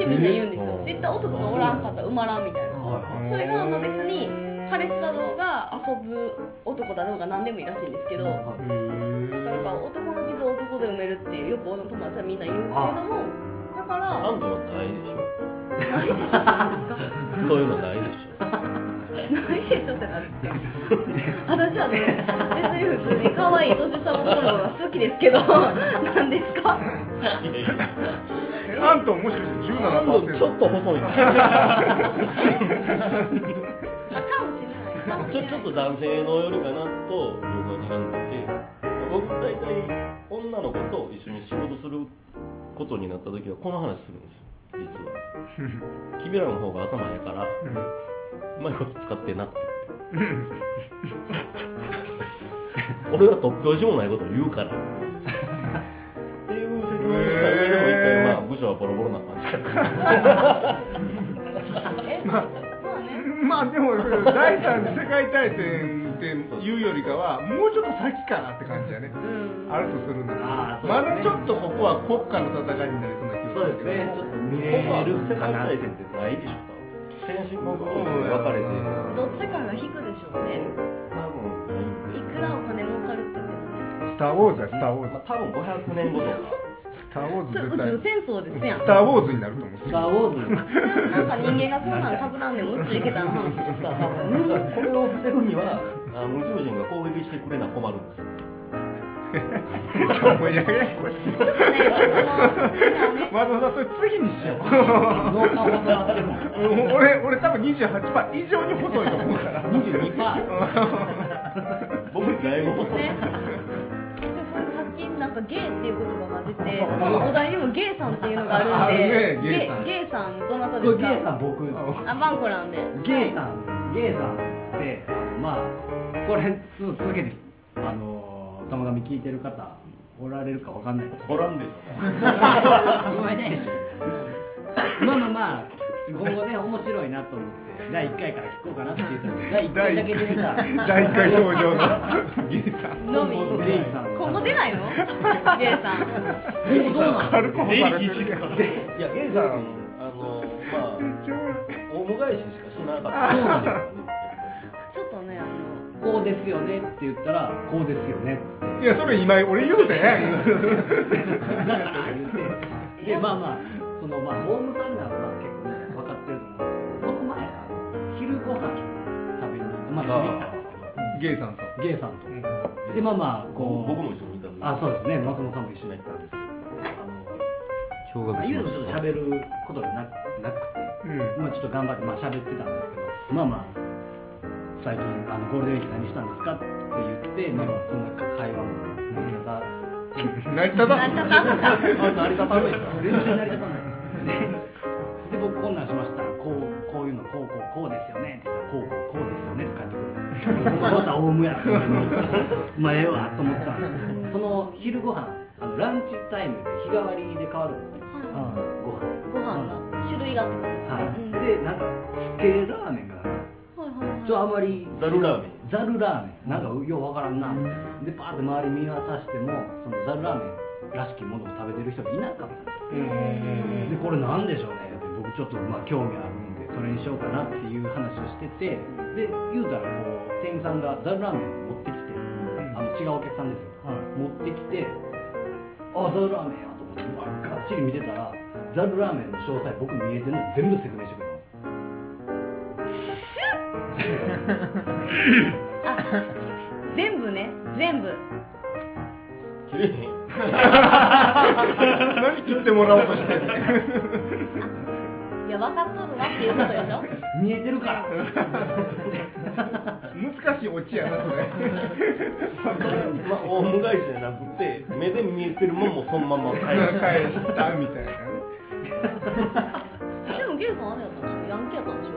C: てみんな言うんですよ絶対男がおらんかったら埋まらんみたいなそれがまあ別に彼氏だろうが遊ぶ男だろうが何でもいいらしいんですけどだからなんか男の傷を男で埋めるってよく俺の友達はみんな言うけれどもだから
E: 男女はないでし
C: ないでしょってなんですか
E: ょそういうのないでしょ
C: ないでしょってなんですか私はね別に普通に可愛い年下の男の子が好きですけど何ですか
E: [laughs]
D: アントンもしかして
E: 男女ちょ
D: 17%
E: っと細い [laughs]
C: あかもしれないかもし
E: ち
C: れ
E: ょ
C: ない
E: ちょっと男性のよりかなと僕は違ってて僕大体女の子と一緒に仕事することになった時はこの話するんですよ実は君らの方が頭やからうまいこと使ってなって俺は突拍子もないことを言うからっていう説明をした上でも一回まあ部署はボロボロな感じから
C: えまあね
D: まあでも第三次世界大戦っていうよりかはもうちょっと先かなって感じやね
C: うん
D: あるとするなら
H: あーそう
D: ま
H: ですね
D: だちょっとここは国家の戦いになりそうな気がす
H: そう
D: る
H: ですねちょっと見
E: 僕はあ
H: れ
E: る
H: る
E: 世界
H: かな
E: 大戦ってないでしょ多分先進国同士で分かれて
C: どっちかが引くでしょうね
E: 多分ないんで
C: いくらお金儲かるって言ってもね
D: スター・ウォーズやスター・ウォーズ、
E: まあ多分500年後とか
D: スター・ウォー
C: それ宇
D: ズ絶対
C: 宙戦争ですやん
D: スター・ウォーズになると思う
H: スター・ウォーズの
C: なんか人間がこんなんかぶらんでも宇宙行けたら話です
H: だから多分これを防ぐには
E: あの宇宙人が攻撃してくれな困るんですよ
D: もうややこし [laughs]
C: ちょっ
D: い
C: とねあの次はね
D: わざわざそれ次にしよう
H: 脳幹を挟まってるもん
D: [laughs] 俺俺多分28%以上に細いと思うから
H: 22%パ
E: 僕だいぶ細い
C: ねでそのさっきなんかゲイっていう言葉が出てお題にもゲイさんっていうのがあるんで
D: あるねゲイさん
C: ゲイさんどなた
H: ー
C: です
H: こ
C: か
H: れゲイさん僕
C: あバンコなんで
H: ゲイさんゲイさんってあのまあこれつ続けてあの玉神聞いてる方おられるかわかんないですけど
E: おらんでし
H: まいねまあまあまあ今後ね面白いなと思って第1回から聞こうかなって言ったんです第1回だけ出てた
D: 第1回登場のゲイさん
C: のみ
H: ゲイさん
C: 今後出ないの
H: [laughs]
C: ゲイさん
H: ゲイさん
D: 軽く干されてるけど
E: ょいやゲイさんあのまあオウム返ししかしなかった
H: そうなんで
C: ちょっとねあの
H: こうですよねって言ったらこうですよねっつっ
D: い
H: て
D: やそれ今俺言うて
H: 言ってでまあまあそのまあホームサンダーはまあ結構ね分かってると思うんですけどその前あの昼ご飯食べに行ってまあ一緒に行ったんです
D: ゲイさんと
H: けどゲイさんと
D: うん
H: でまあまあ
E: 僕
H: こ
E: も
H: う
E: 一緒にいたんです
H: あそうですね松本さんも一緒に行ったんですけど
E: 驚
H: あの、まあ、
E: し
H: 言う
E: ま
H: のもちょっと喋ることがななく
D: う
H: て
D: ん
H: まあちょっと頑張ってまあ喋ってたんですけどまあまあ最近あのゴールデンウィーク何したんですかって言ってまあまあそんな会話も成り立た
D: 成り立
C: 成
D: た
C: り
D: ん
C: 立たんのか
H: あ成り立たない全然成り立たないでで僕こんなんしましたこうこういうのこうこうこうですよねって言ったらこうこうこうですよねって返ってくるまたオウムやと思ってまあええわと思ってたんですけどその昼ご飯あのランチタイムで日替わりで変わるんですねご飯
C: ご飯の種類がってことですね、う
H: は
C: ん
H: いでなんかつけラーメンが
C: はいはいはい
H: ちょあまり
E: ザルラーメン
H: ザルラーメンなんかようわからんなみたいなでパーって周り見渡してもそのザルラーメンらしきものを食べてる人がいなかったんですよ
F: うんうんうん
H: でこれなんでしょうねって僕ちょっとまあ興味あるんでそれにしようかなっていう話をしててで言うたらこう店員さんがざるラーメンを持ってきてあの違うお客さんですよ
G: は
H: 持ってきてあざるラーメンやと思ってうわがっちり見てたらざるラーメンの詳細僕見えてるの全部説明してくれます
E: [laughs]
C: 全部ね全部
E: 切れへん
D: 何切ってもらおうとしてんの
C: いや分かっとるわっていうことでし
H: [laughs]
C: ょ
H: 見えてるから
D: 難しいオチやなそ [laughs] れ
E: [laughs] まあ、オウム返しじゃなくて目で見えてるもんもそのまま返す
D: 返したみたいなね
C: でもゲイさんあれやったんでしょヤンキーやったんでしょ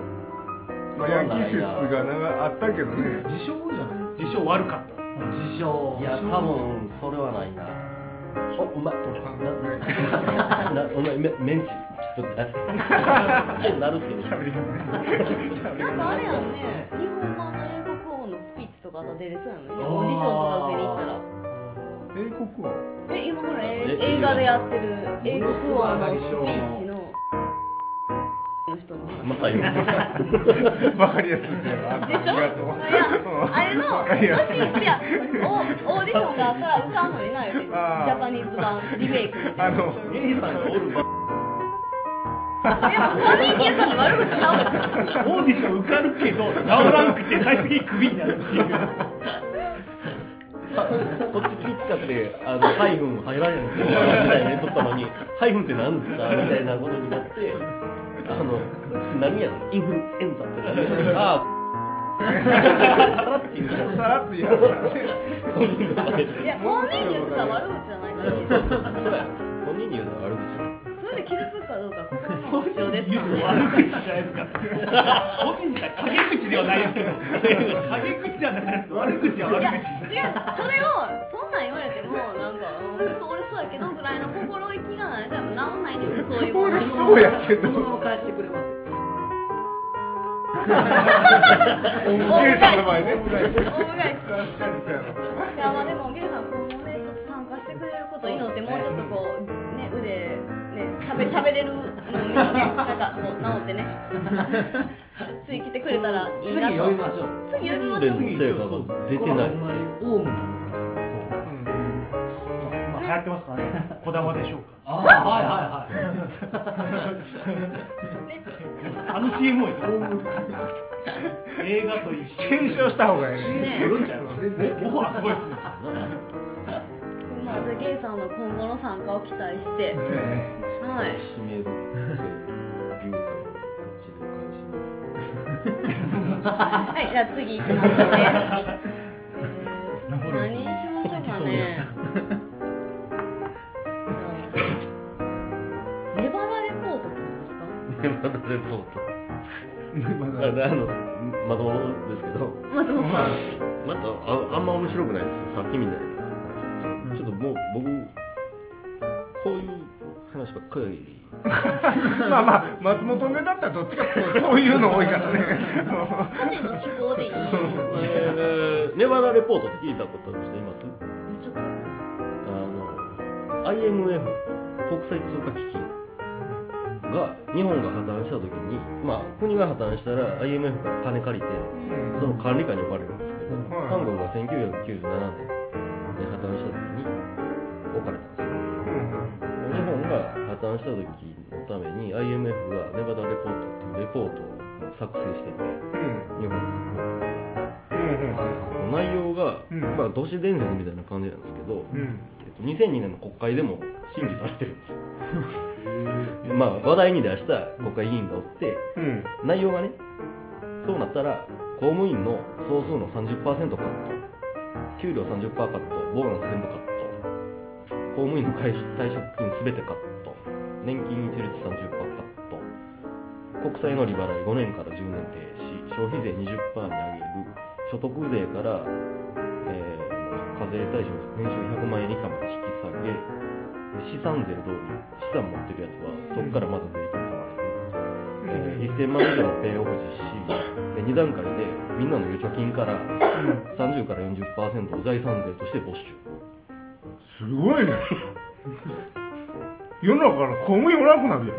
D: まあヤンキー説がなんかあったけどね
G: い自称じゃない
F: 自称悪かった
H: 自称
E: いや多分それはないなおうまいななお前めメンチちょっと出 [laughs] してってなるけど
D: 喋りが
C: なんかあれやんね日本版の英国王のスピーチとかが出れそうやもんねオーディションとか受けに行ったら
D: 英国王
C: え今ほらえ
E: え
C: 映画でやってる英国王のスピーチのの人の話
E: また言う [laughs]
D: わかりやすいっていうのあ
C: でしょ
D: ありがとう
C: いやあれのもしいやオオーディションがあったら受かんのにな言うてジ
D: あー
C: ャパニーズ版リメイクみたいな
D: あの
E: ゲイさんがおる場
C: でもそれ池さんの悪口ちゃうやん
F: オーディション受かるけど治らんくて最終的にクビになるっていう
E: [laughs] こっち気使ってあのハイフン入られへんのみたいな言っとった [laughs] のにハイフンって何ですかみたいなことになってあの何やインフルエンザって何やああさらって言うから
D: さらっと言いましたね
E: 本人の前で
C: いや本人に言ってたら悪口じゃないからいい
E: そうそうそうや本人に言うのは悪口や
C: それで傷つくかどうかここの必要ですか
F: 悪口じゃないですか本人自体陰口ではないですけど陰口じゃないですけど悪口はい悪
C: や違う
F: 口
C: それをそんなん言われてもなんかうん別に俺そうやけどぐらいの心意気がないとやっぱ治んないんですよそういうもの
D: 俺そうやけ
H: そ
D: ど
H: のまま返してくれますよ
C: 大返しい
D: ゲイさんの場合ね確かにそうやろ
C: やまあでもゲルさん今後ねちょっと参加してくれることを祈ってもうちょっとこうね腕ねしゃべしゃべれるのにねなんかこう治ってね次来てくれたらいい
H: 次
C: な
H: 呼び
C: と
H: ましょう
C: 次呼びましょ
E: 連
C: う
E: の成果が出てない
H: これほんまにオウムなのかな
F: まあ流行ってますからねこだまでしょうか
H: ああはいはいはい
F: あの CM 多い映画と一緒
D: 検証した方がいいね
C: ね
F: オファーすごいっすね
C: まあじゃあゲイさんの今後の参加を期待してはい
E: 締める流と一度返します
C: はい、じゃあ次行きましょうね。えー何にしましょうかね。じゃあネバダレポートって何ですか？
E: ネバダレポート。あの、あのまともですけど、
C: 松本さん。
E: またああんま面白くないです。さっきみたいな話。ちょっともう僕こういう話ばっかり。
D: まあまあ松本ねだったらどっちかっていうとそういうの多いからね
C: 個人の趣向でいい。
E: えーネバダレポートって聞いたことある人います？
C: ちょっと
E: あの IMF 国際通貨基金が日本が破綻した時に、まあ、国が破綻したら IMF から金借りてその管理下に置かれるんですけど、
D: はい
E: 韓国が1997年に破綻した時に置かれたんですよ日本が破綻した時のために IMF がネバダレポートっていうレポートを作成してて
D: うん
E: 日本がこう
D: うん
E: 内容が、
D: うん
E: まあ、都市伝説みたいな感じなんですけど、
D: うん
E: えっと、2002年の国会でも審議されてるんですよ。まあ話題に出した国会議員がおって
D: うん
E: 内容がねそうなったら公務員の総数の30%カット給料30%カットボーナス全部カット公務員の会退職金全てカット年金一律30%カット国債の利払い5年から10年停止消費税20%に上げる所得税から、えー課税対象年収100万円以下まで引き下げ資産税導入資産持ってるやつはそこからまず税金取られるえー1000万以上のペイオフ実施で2段階でみんなの預貯金から30から40%を財産税として没収
D: すごいね世の中から公務員おらんくなる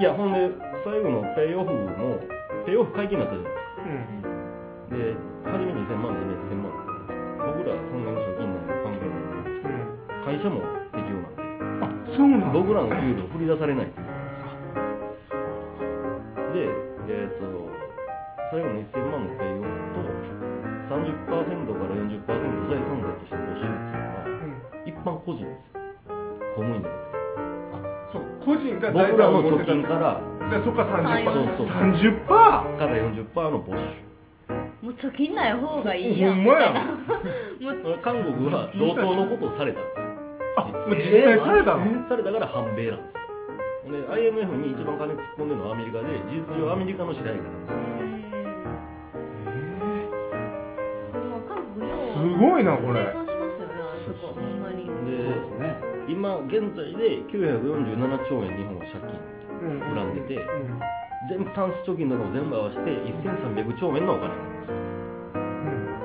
D: やん、
E: いやほんで最後のペイオフもペイオフ解禁になったじゃないですかで初め2000万で今1000万僕らそんなに貯金ない関係ない会社も適用なんで
D: うん、あそうなんだ
E: 僕らの給料振り出されないっていうでえっ、と最後の1000万のペイオフと30%から40%財産税として募集っていうのは一般個人ですよ公務員じゃな
D: あ
E: くて
D: そう個人が財産を持って
E: 僕らの
D: た
E: 貯金から
D: じゃあそっから30%
E: そうそう
D: 30%パ
E: から40%の募集
C: もう貯金ない方がいい
D: ー
C: や
D: ほ
C: ん
D: ん
C: み
D: ま
C: た
D: や
C: い
D: ん
C: な
D: あ
E: 韓国は同等のことをされたんです
D: もう実際
E: よ
D: されたの
E: されたから反米なんですよで IMF に一番金突っ込んでるのはアメリカで事実上アメリカの支配下なんですよ
C: まあ韓国よう
D: すごいなこれ
C: 生産しますよねあそこほんまに
E: で
H: そうですね
E: 今現在で947兆円日本は借金恨んでて全部タンス貯金とかも全部合わせて1300兆円のお金なんですよ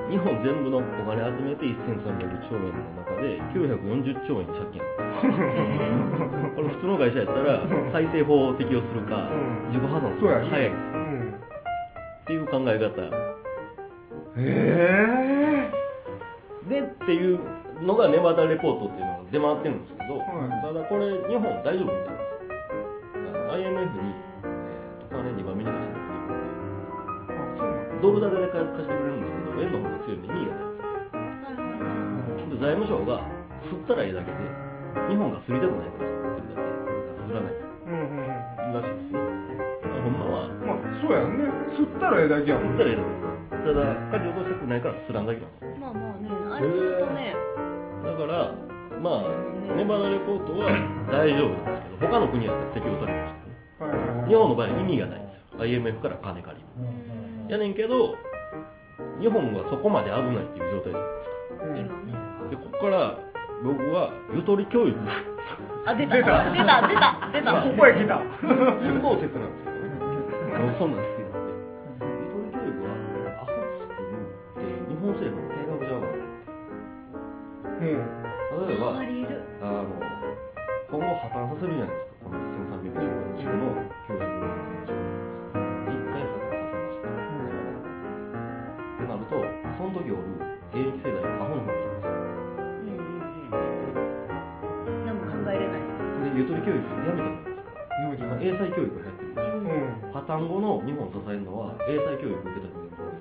E: 日本全部のお金集めて1300兆円の中で940兆円
D: [laughs]
E: 借金なんですよこれ普通の会社やったら再生法を適用するか
D: うん
E: 自己破産す
D: そ
E: る
D: う
E: か
D: やね
E: 早いんです
D: う
E: よ
D: ん
E: っていう考え方
D: え
E: でっていうのがネバダレポートっていうのが出回ってるんですけど、
D: はい
E: ただこれ日本大丈夫みたいなんですよあの IMF に、えー、と金2番目に貸してた国
D: え
E: が
D: あそうなん
E: ドル建てで貸貸してくれるんですけど円の方が強いんで2位がないんですよで財務省が吸ったらええだけで日本がすりたくないから吸ってるだけだからすらない
D: うんうんうん
E: らしいですねだからほんまは
D: まあそうやんね吸ったらええだけやもん
E: 吸ったらええだけですただ舵落としたくないからすらんだけなんですよ
C: まあまあねあれずっとね
E: だからまあネバダレポートは大丈夫なんですけど他の国やったら適用されるんですけどね
D: はいはいはい
E: 日本の場合は意味がないんですよ IMF から金借りるやねんけど日本がそこまで危ないっていう状態じゃないですか
C: 今ね
E: でここから僕はゆとり教育
C: あ出た出た出た出た出た
D: ここへ来た
E: 不公説なんですけどねもうそんなん好きなんでゆとり教育はアホ作るって日本政府の計画じゃなか
D: うん
E: った例えば
C: あり得る
E: あの今後破綻させるじゃないですかこの1300兆円中の950兆円で一回破綻させましたってなるとその時おる現役世代はアホの方がいいんですよ
C: 何も考えれない
E: それゆとり教育やめたじゃないですか今英才教育が流行ってる
D: う
E: でし
D: ん
E: ょ破綻後の日本を支えるのは英才教育受けた人間の方なん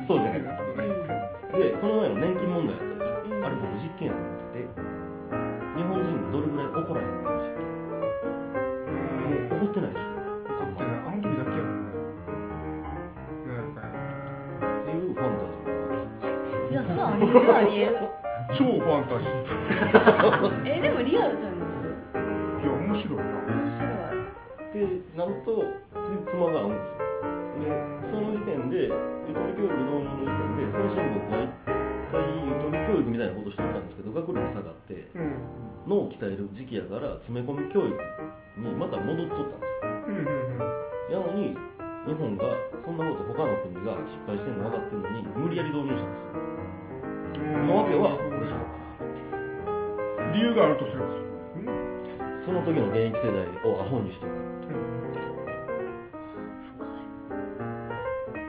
E: ですよそうじゃないですかでこの前の年金問題あった
C: う
E: でしょ、
C: ん
E: あれ僕実験やと思ってて日本人がどれぐらい怒らへんのか
D: うん
E: 怒ってないでしょあん
D: で
E: ま
D: ねあの時だけ
E: り
D: やもんねなんか
E: っていうファンタジーが
C: いやそうあり得るあり得る
D: 超ファンタジー
C: えでもリアルじゃないです
D: いや面白いな
C: 面白い
E: ってなると辻褄が合うんですよでその時点でゆとり教育導入の時点で先進国は一回ゆとり教育みたいなことしてたんですけど学力下がって
D: うん
E: 脳を鍛える時期やから詰め込み教育にまた戻っとった
D: うん
E: んで
D: うんうん
E: すよやのに日本がそんなこと他の国が失敗してるの分かってるのに無理やり導入したんですよ
D: うん
E: わけはこれちゃうか
D: 理由があるとすれば
E: らその時の現役世代をアホにしてる
C: 深い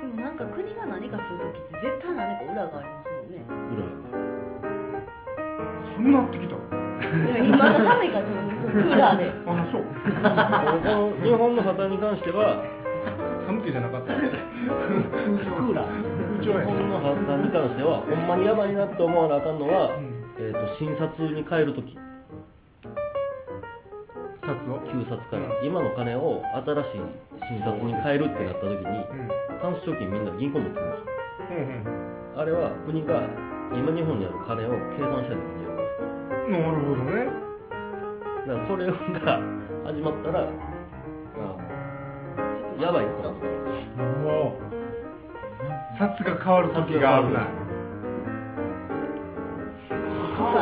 C: でもなんか国が何かする時って絶対何か裏がありますもんね
E: 裏が
D: そうなってきた
C: いや今が寒いからちょっとクーラーで
D: あそう
E: この日本の破綻に関しては
D: 寒気じゃなかった
H: クーラー
D: 一応
E: 日
D: やね
E: 本の判断に関してはほんまにやばいなって思わなあかんのは、えー、と診察に変える時
D: 札を
E: 旧札から、今の金を新しい診察に変えるってなった時に
D: うん
E: タンス貯金みんな銀行持ってるんです
D: うん
E: よあれは国が今日本にある金を計算した時にやるんですよ
D: うんなるほどね
E: だからそれが始まったら
C: ちょっ
E: あ
C: と
E: のやばいことなんですよ
G: も
D: 札が変わる時が危ない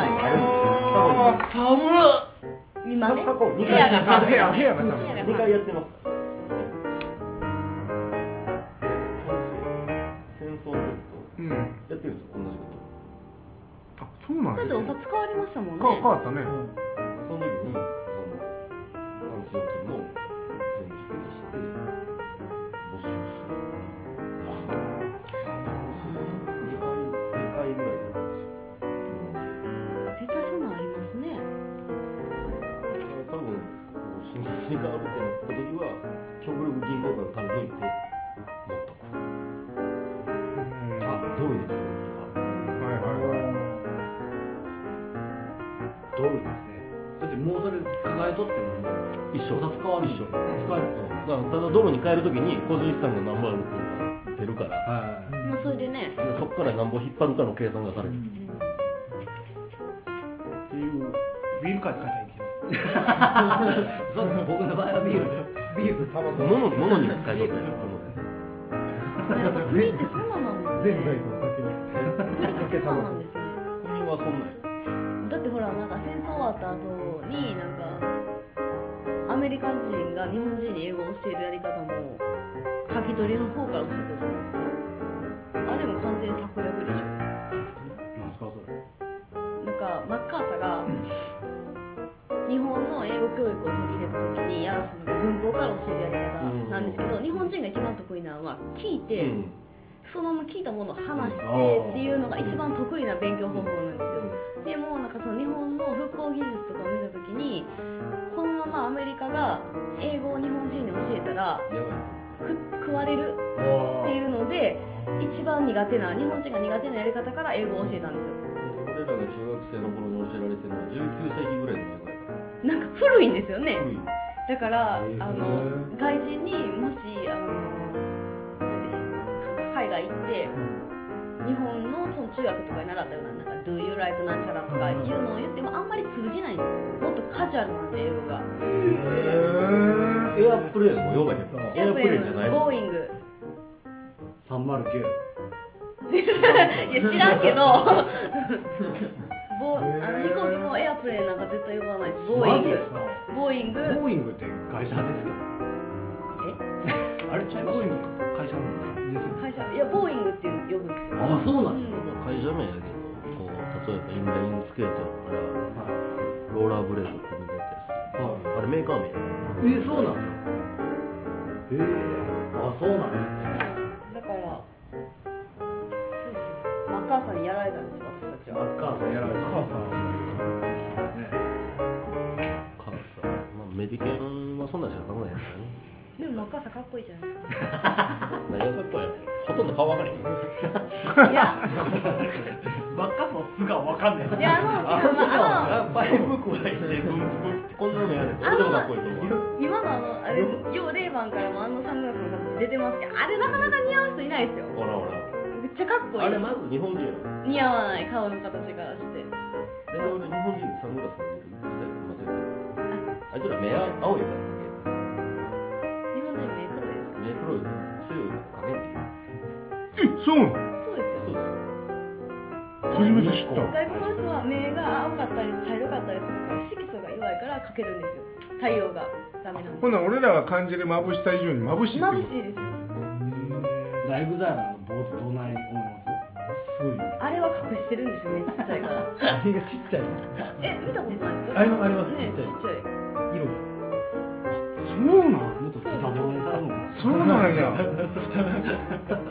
C: 今ね部
E: 過去に過去に2回
C: 屋
E: や
C: が
D: あ
E: っ
D: 部屋部屋が寒い
E: 2回やってますから戦争の時と
D: うん
E: やってるんですよ同じこと
D: あそうなん
C: だってお札変わりましたもんね
D: こう変わったね
E: その時にその反証金の全部引き出して募集する2回2回ぐらいやるんですよ
C: 絶対そんなんありますね
E: 多分新卒に変わるってなった時は極力銀行から金抜いて持っとくあドルですね
D: はいはいはい
H: ドルですねだってもうそれ抱えとってももう
E: 一緒
H: お札変わる
E: 一緒
H: 使え
E: だから
H: る
E: ただドルに変える時に個人資産が何倍あるっていうのが出るから
H: はい
C: まあそれでね
E: でそこから何本引っ張るかの計算がされる、
F: っていうビール会使いたいんですよ
H: そうです僕の場合はビールビール
G: タバコ
E: 物物に使いとったよ
C: やっぱ国ってそんなんなんで
G: 全
C: すね
G: 財産先に
C: 国ってそんなんなんですね
E: 国はそんなん
C: だ
E: や
C: ってほらなんか戦争終わった後になんかアメリカ人が日本人に英語を教えるやり方も書き取りの方から教えてるじゃないですかあれも完全に策略でしょ
H: 何すかそれ
C: なんかマッカーサーが日本の英語教育を取り入れた時にやらせたのが文法から教えるやり方なんですけど日本人が一番得意なのは聞いて、
E: うん
C: そのまま聞いたものを話してっていうのが一番得意な勉強方法なんですよでもなんかその日本の復興技術とかを見た時にこのままアメリカが英語を日本人に教えたら
E: やばい
C: く食われる
H: お
C: っていうので一番苦手な日本人が苦手なやり方から英語を教えたんですよ
E: 俺らが中学生の頃に教えられてるのは19世紀ぐらいの英語やから
C: なんか古いんですよね
E: 古い
C: だから、
H: へー
C: あの外人にもしあのなんでか海外行って、日本のその中学とかに習ったようななんか「Do you like なんちゃら」とかいうのを言ってもあんまり通じないんですよもっとカジュアルなんで英語が
E: エアプレーンも呼ばへんのエアプレーンじゃないの
C: Going
H: 309
C: いや知らん
H: [laughs]
C: けどボあの飛行機もエアプレーンなんか絶対呼ばないですボーイ
H: マ
C: ン
H: ジ
C: グ
H: ですか
C: ボーイング
H: ボーイングって会社ですかあれちゃいましたっけ
F: 会社なんですよ
H: ですよね
C: 会社いやボーイングって呼ぶんですよ
H: ああそうなんですか
E: 会社名やけどこう例えばインラインスケートやったらローラーブレードってみんなやったりする
H: は
E: あれメーカー名や
H: いえそうなんですかええああそうなんですね
C: だからそうですよマッカーサーにやられたんですよ私たち
H: マ
C: は
H: ッカーサーやられた
G: 母さん
E: カーサー、まあ、メディケンはそんなんしか考えへんか
C: でもマッカーサーかっこいいじゃないですから
E: ね何がかっこいいやろほとんど顔分からへんけどね
C: い
H: [laughs]
C: や
H: マッカーサーの素顔わかんな
C: い
H: い
C: やあの違うまああの
H: あのパイプ加えてブンブンって
E: こんなのやれこれでもかっこいいと思う
C: 今のあのあれですようレイバンからもあのサングラスの形出てますけどあれなかなか似合う人いないですよ
E: ほらほ
C: めっちゃかっこ
E: らあ
C: い
E: れ
C: い
E: まず日本人やろ
C: 似合わない顔の形からして
E: でも俺日本人にサングラスかける一切まずいからあいつら目あ青いからかけん
C: 日本人目黒いですから
E: 目黒いから強いからかけんでいい
D: えそうなの
C: そうですよ
E: [laughs] そうですよ
D: 初めて知った
C: 外国の人は目が青かったり茶色かったりするから色素が弱いからかけるんですよ太陽がダメなんで
D: ほな俺らが感じる眩しさ以上に眩しいってこと
C: 眩しいですよ
H: ライブザイラの坊主どない思いま
G: す
H: す
G: ごいよ
C: あれは隠してるんですよねちっちゃいから
H: あれがちっちゃい
C: [laughs] え見たことないです
H: ありますあります
C: ね
H: ちっちゃい
C: ちっちゃい
H: 色が
D: そうなん
H: もっとズタボロにされるのか
D: そうなん [laughs] や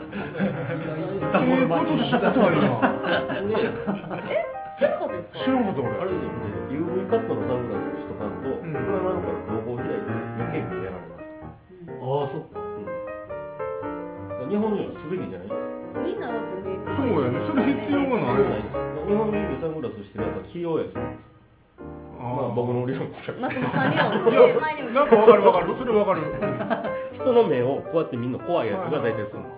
C: 知らなかったですか
D: ええこと知った今知らなかった俺
E: あれですよね
H: ズタボロ巻き
E: UV カットのサングラスしとかんと、こ
D: ん
E: れはなんかロゴを開いて余計にやられます、
H: ああそっか
E: うん、日本人はすべきじゃないです
C: みんなだって目黒い
D: そうやねそれ必要がない
E: そうなんです日本人でサングラスしてるやつは器用やつなんですまあ僕の理論ですから
C: 松本さん理論って前にも
D: なんかわかるわかるそれわか [laughs] るな
E: 人の目をこうやってみんな怖いやつが大体そうな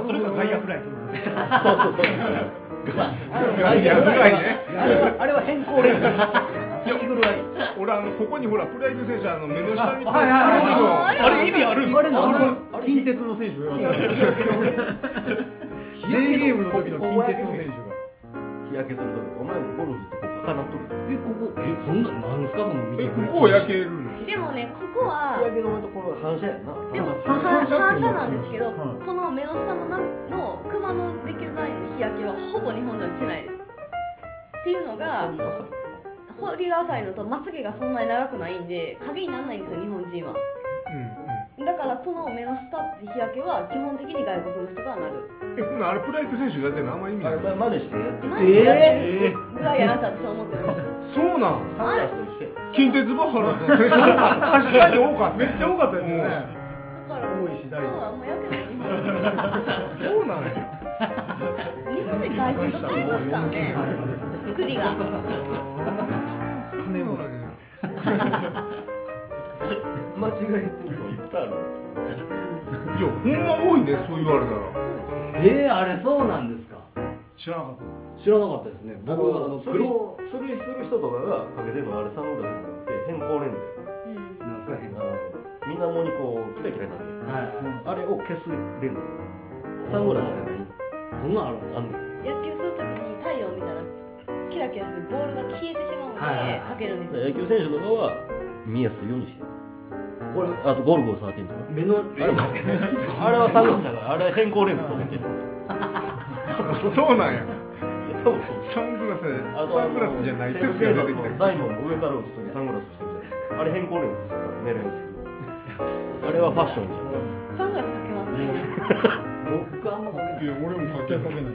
E: んです
D: るほど
F: それが外野フライということで
E: そうそうそうそう
D: 外野フライね
H: あれはあれは変更レンズシングルアイ
D: 俺あのここにほらプロ野球選手あの目の下にこう
H: はいはいはい
D: あ
C: あれ意味
H: ある
G: あれなんか近鉄の選手がデーゲームの時の近鉄の選手が
E: 日焼けするとお前もゴルフってこう重なっとるで
H: えここえそんななんすかその
D: る
H: 見
D: え
H: てくれ
D: ここを焼けるの
C: でもねここは
E: 日焼け止めとこれは反射やんな
C: でも
E: 反
C: 反
E: 射
C: 射なんですけど、
G: うん
C: この目の下のなのクマのデザインの日焼けはほぼ日本ではしてないですっていうのが
E: りなさい
C: 堀が浅いのとまつげがそんなに長くないんで影にならないんですよ日本人はだからこの目の下って日焼けは基本的に外国の人がなる
D: えほなあれプロ野球選手だってんのあんまり意味
E: あ
D: な
E: れ
D: い
E: ま真似してやってる
C: マジでやってる
D: ええ
C: ぐらいやなって私は思ってました
D: そうなん
E: サングラスと一緒や
D: 近鉄バファローズの選手確かに多かった
G: めっちゃ多かったですよね
C: だから
G: 多いし大事
C: そうはもうやけど日本
D: そうなんや
C: 人日本人外国と変えますからね国が
G: 金持ちですよ
E: 間違えてるのいっぱいある
D: いやほんま多いねそう言われたら
H: えー、あれそうなんですか
F: 知らなかった
H: 知らなかったですね僕はあの
E: それ
H: 黒
E: それする人とかがかけてるのはあれサングラスじゃなくて変更レンズ
G: [laughs]
C: うん
H: なんですかね
E: あの水面にこうキラキラなってる
H: は
E: あれを消すレンズサングラスじゃない
H: いそんなんあるんです
E: あ
H: か
E: んねん
C: 野球するときに太陽見たらキラキラしてボールが消えてしまうので
H: はいはいはい
C: かけるんですよ
E: 野球選手とかは見やすいようにしてるこれあとゴルゴ13とか
H: 目
E: あ
H: の
E: れもあれはサングラスだからあれは変更レンズとめてる
D: そうなんや
E: いや多分そう
D: サングラス
E: あと
D: サングラスじゃない
E: 西
D: 説
E: 武
D: が出て
E: 警察
D: きた
E: の大門の上から打つときサングラスしてるじゃないですかあれ変更レンズですから狙い撃ちあれはファッションじゃん
C: サングラスかけますね
H: 僕あんまかけない
D: いや俺もかけかけない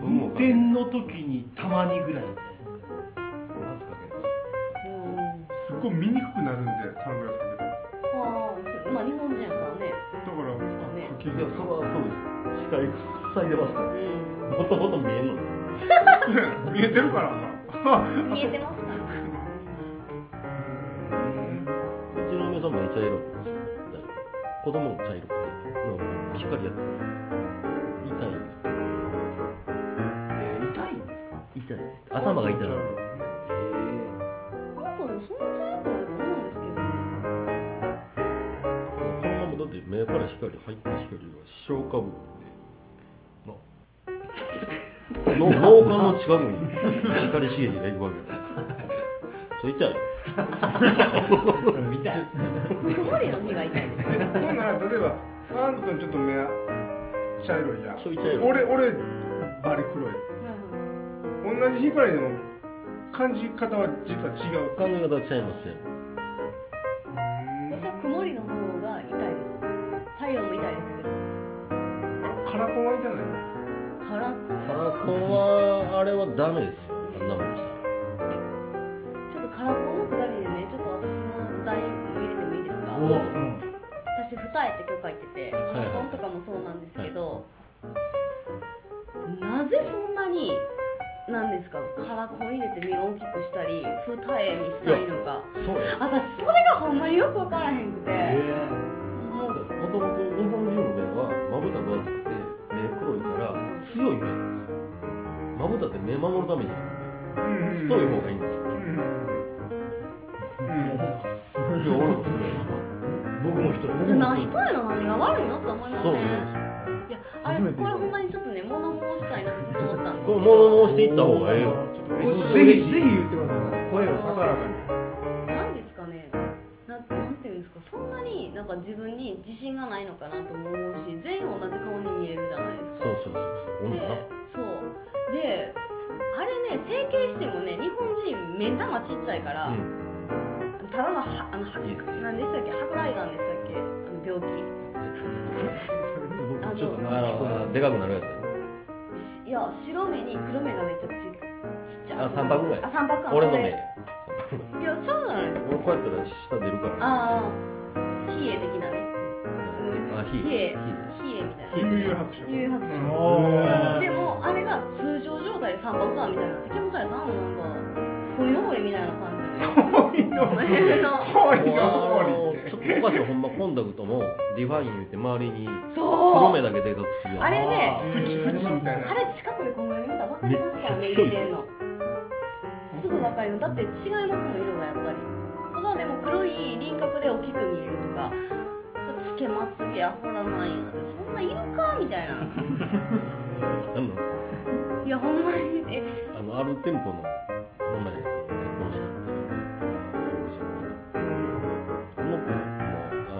F: 運転の時にたまにぐらいみたい
E: マスクかけない
C: うん
D: すっごい見にくくなるんでサングラスかけ
C: はあ
D: てます
C: まあ日本人やからね
D: だからかけ
E: いや、それはそうです。視界塞いでますから。
C: う
E: もともと見えんのです。
F: [laughs]
D: 見えてるからあ
C: ん見えてますから
E: うちの嫁さんめっちゃ色なんですよ。大丈夫子供も茶色くて。なんか光やってます。痛いんですけど。
H: えー、痛いんですか
E: 痛い。頭が痛い。
H: えー、
C: なんかでもそんな茶色くないと思うんですけどね
E: このままだって目から光入った光が消化部なんで。な。の脳幹の近くに光刺激がいくわけだ。それ痛い。
H: 見たい
C: 緑の日が痛いです
D: えほんなら例えばあんたちょっと目茶色いやん
E: ちょい茶色い
D: 俺俺バリ黒い同じ光でも感じ方は実は違う
E: 感じ方はちゃいますよ。
C: 私は曇りの方が痛いです太陽も痛いですけど
D: あカラコンは痛ない
C: カラコン
E: カラコンは、あれはダメですよ。あんなもんし
C: ち
E: たら。
C: ょっとカラコンのくだりでねちょっと私の題も入れてもいいですか私二
H: おお
C: 重って曲入ってて
E: いはい
C: 結婚とかもそうなんですけど、なぜそんなになんですかカラコン入れて目を大きくしたり二重にしたいのか
E: そうや。
C: 私それがほんまによく分からへんくて、
H: え
C: もう
E: もともと日本人の目はまぶた分厚くて目黒いから強い目なんですよまぶたって目守るためにあるんで太い方がいいんですよいや俺も太い
H: 僕も一
C: そん
H: 人
C: な一重の何が悪いのって思いませ
E: そ
C: ん
E: う
C: い
E: ね
C: やあれ
G: 初めて
C: これほんまにちょっとね物申したいなってずっと思ってたんですけど
E: [laughs] これ物申していった方がええよ
G: ちょっ
H: 嬉し
G: とぜひぜ
H: い
G: ひ言ってください声を高らかに
C: なんですかねななんていうんですかそんなになんか自分に自信がないのかなとも思うし全員同じ顔に見えるじゃないですか
E: そうそうそうそう
C: でそう
E: 女な
C: であれね整形してもね日本人目玉ちっちゃいから、
E: う
C: ただのはあのはい
E: いです
C: 何でしたっけ白内癌でしたっけあの病気
H: 僕ちょっと
E: あ
H: 長きそうだ
E: のでかくなるやつ
C: しいや白目に黒目がめっちゃちちっちゃい
E: あ三白ぐらい
C: あ三白眼
E: 俺の
C: そ
E: 目
C: れいやそうじゃないですか
E: 俺こうやったら下出るから
C: ああ比叡的なね
E: あ
C: 比
E: 火
C: 叡比
E: 火
C: 叡みたいな幽遊白書で
D: 悠々白書
C: もあれが通常状態で三白眼みたいになって気持ち悪いなもうなんか鯉のぼりみたいな感じじゃないですか
D: 可
E: あ
D: 愛い
E: の
D: の
E: ちょっとおかしいほんまコンタクトもディファイン言って周りに黒
C: そ
E: 目
C: う
E: だけでかくするや
C: あ
E: ん
C: れね
D: プチプチみたいな
C: あれ近くでこんぐらい見たら分かりますからね入れてんのすぐ分かるのだって違いますもん色がやっぱりただでも黒い輪郭で大きく見えるとかつけまつげあほらないんやでそんないるかみ [laughs] たいな
E: あの
C: いやほんまにえ
E: あのある店舗の野内さんが結婚しはってるすごい人がいたあの子もあ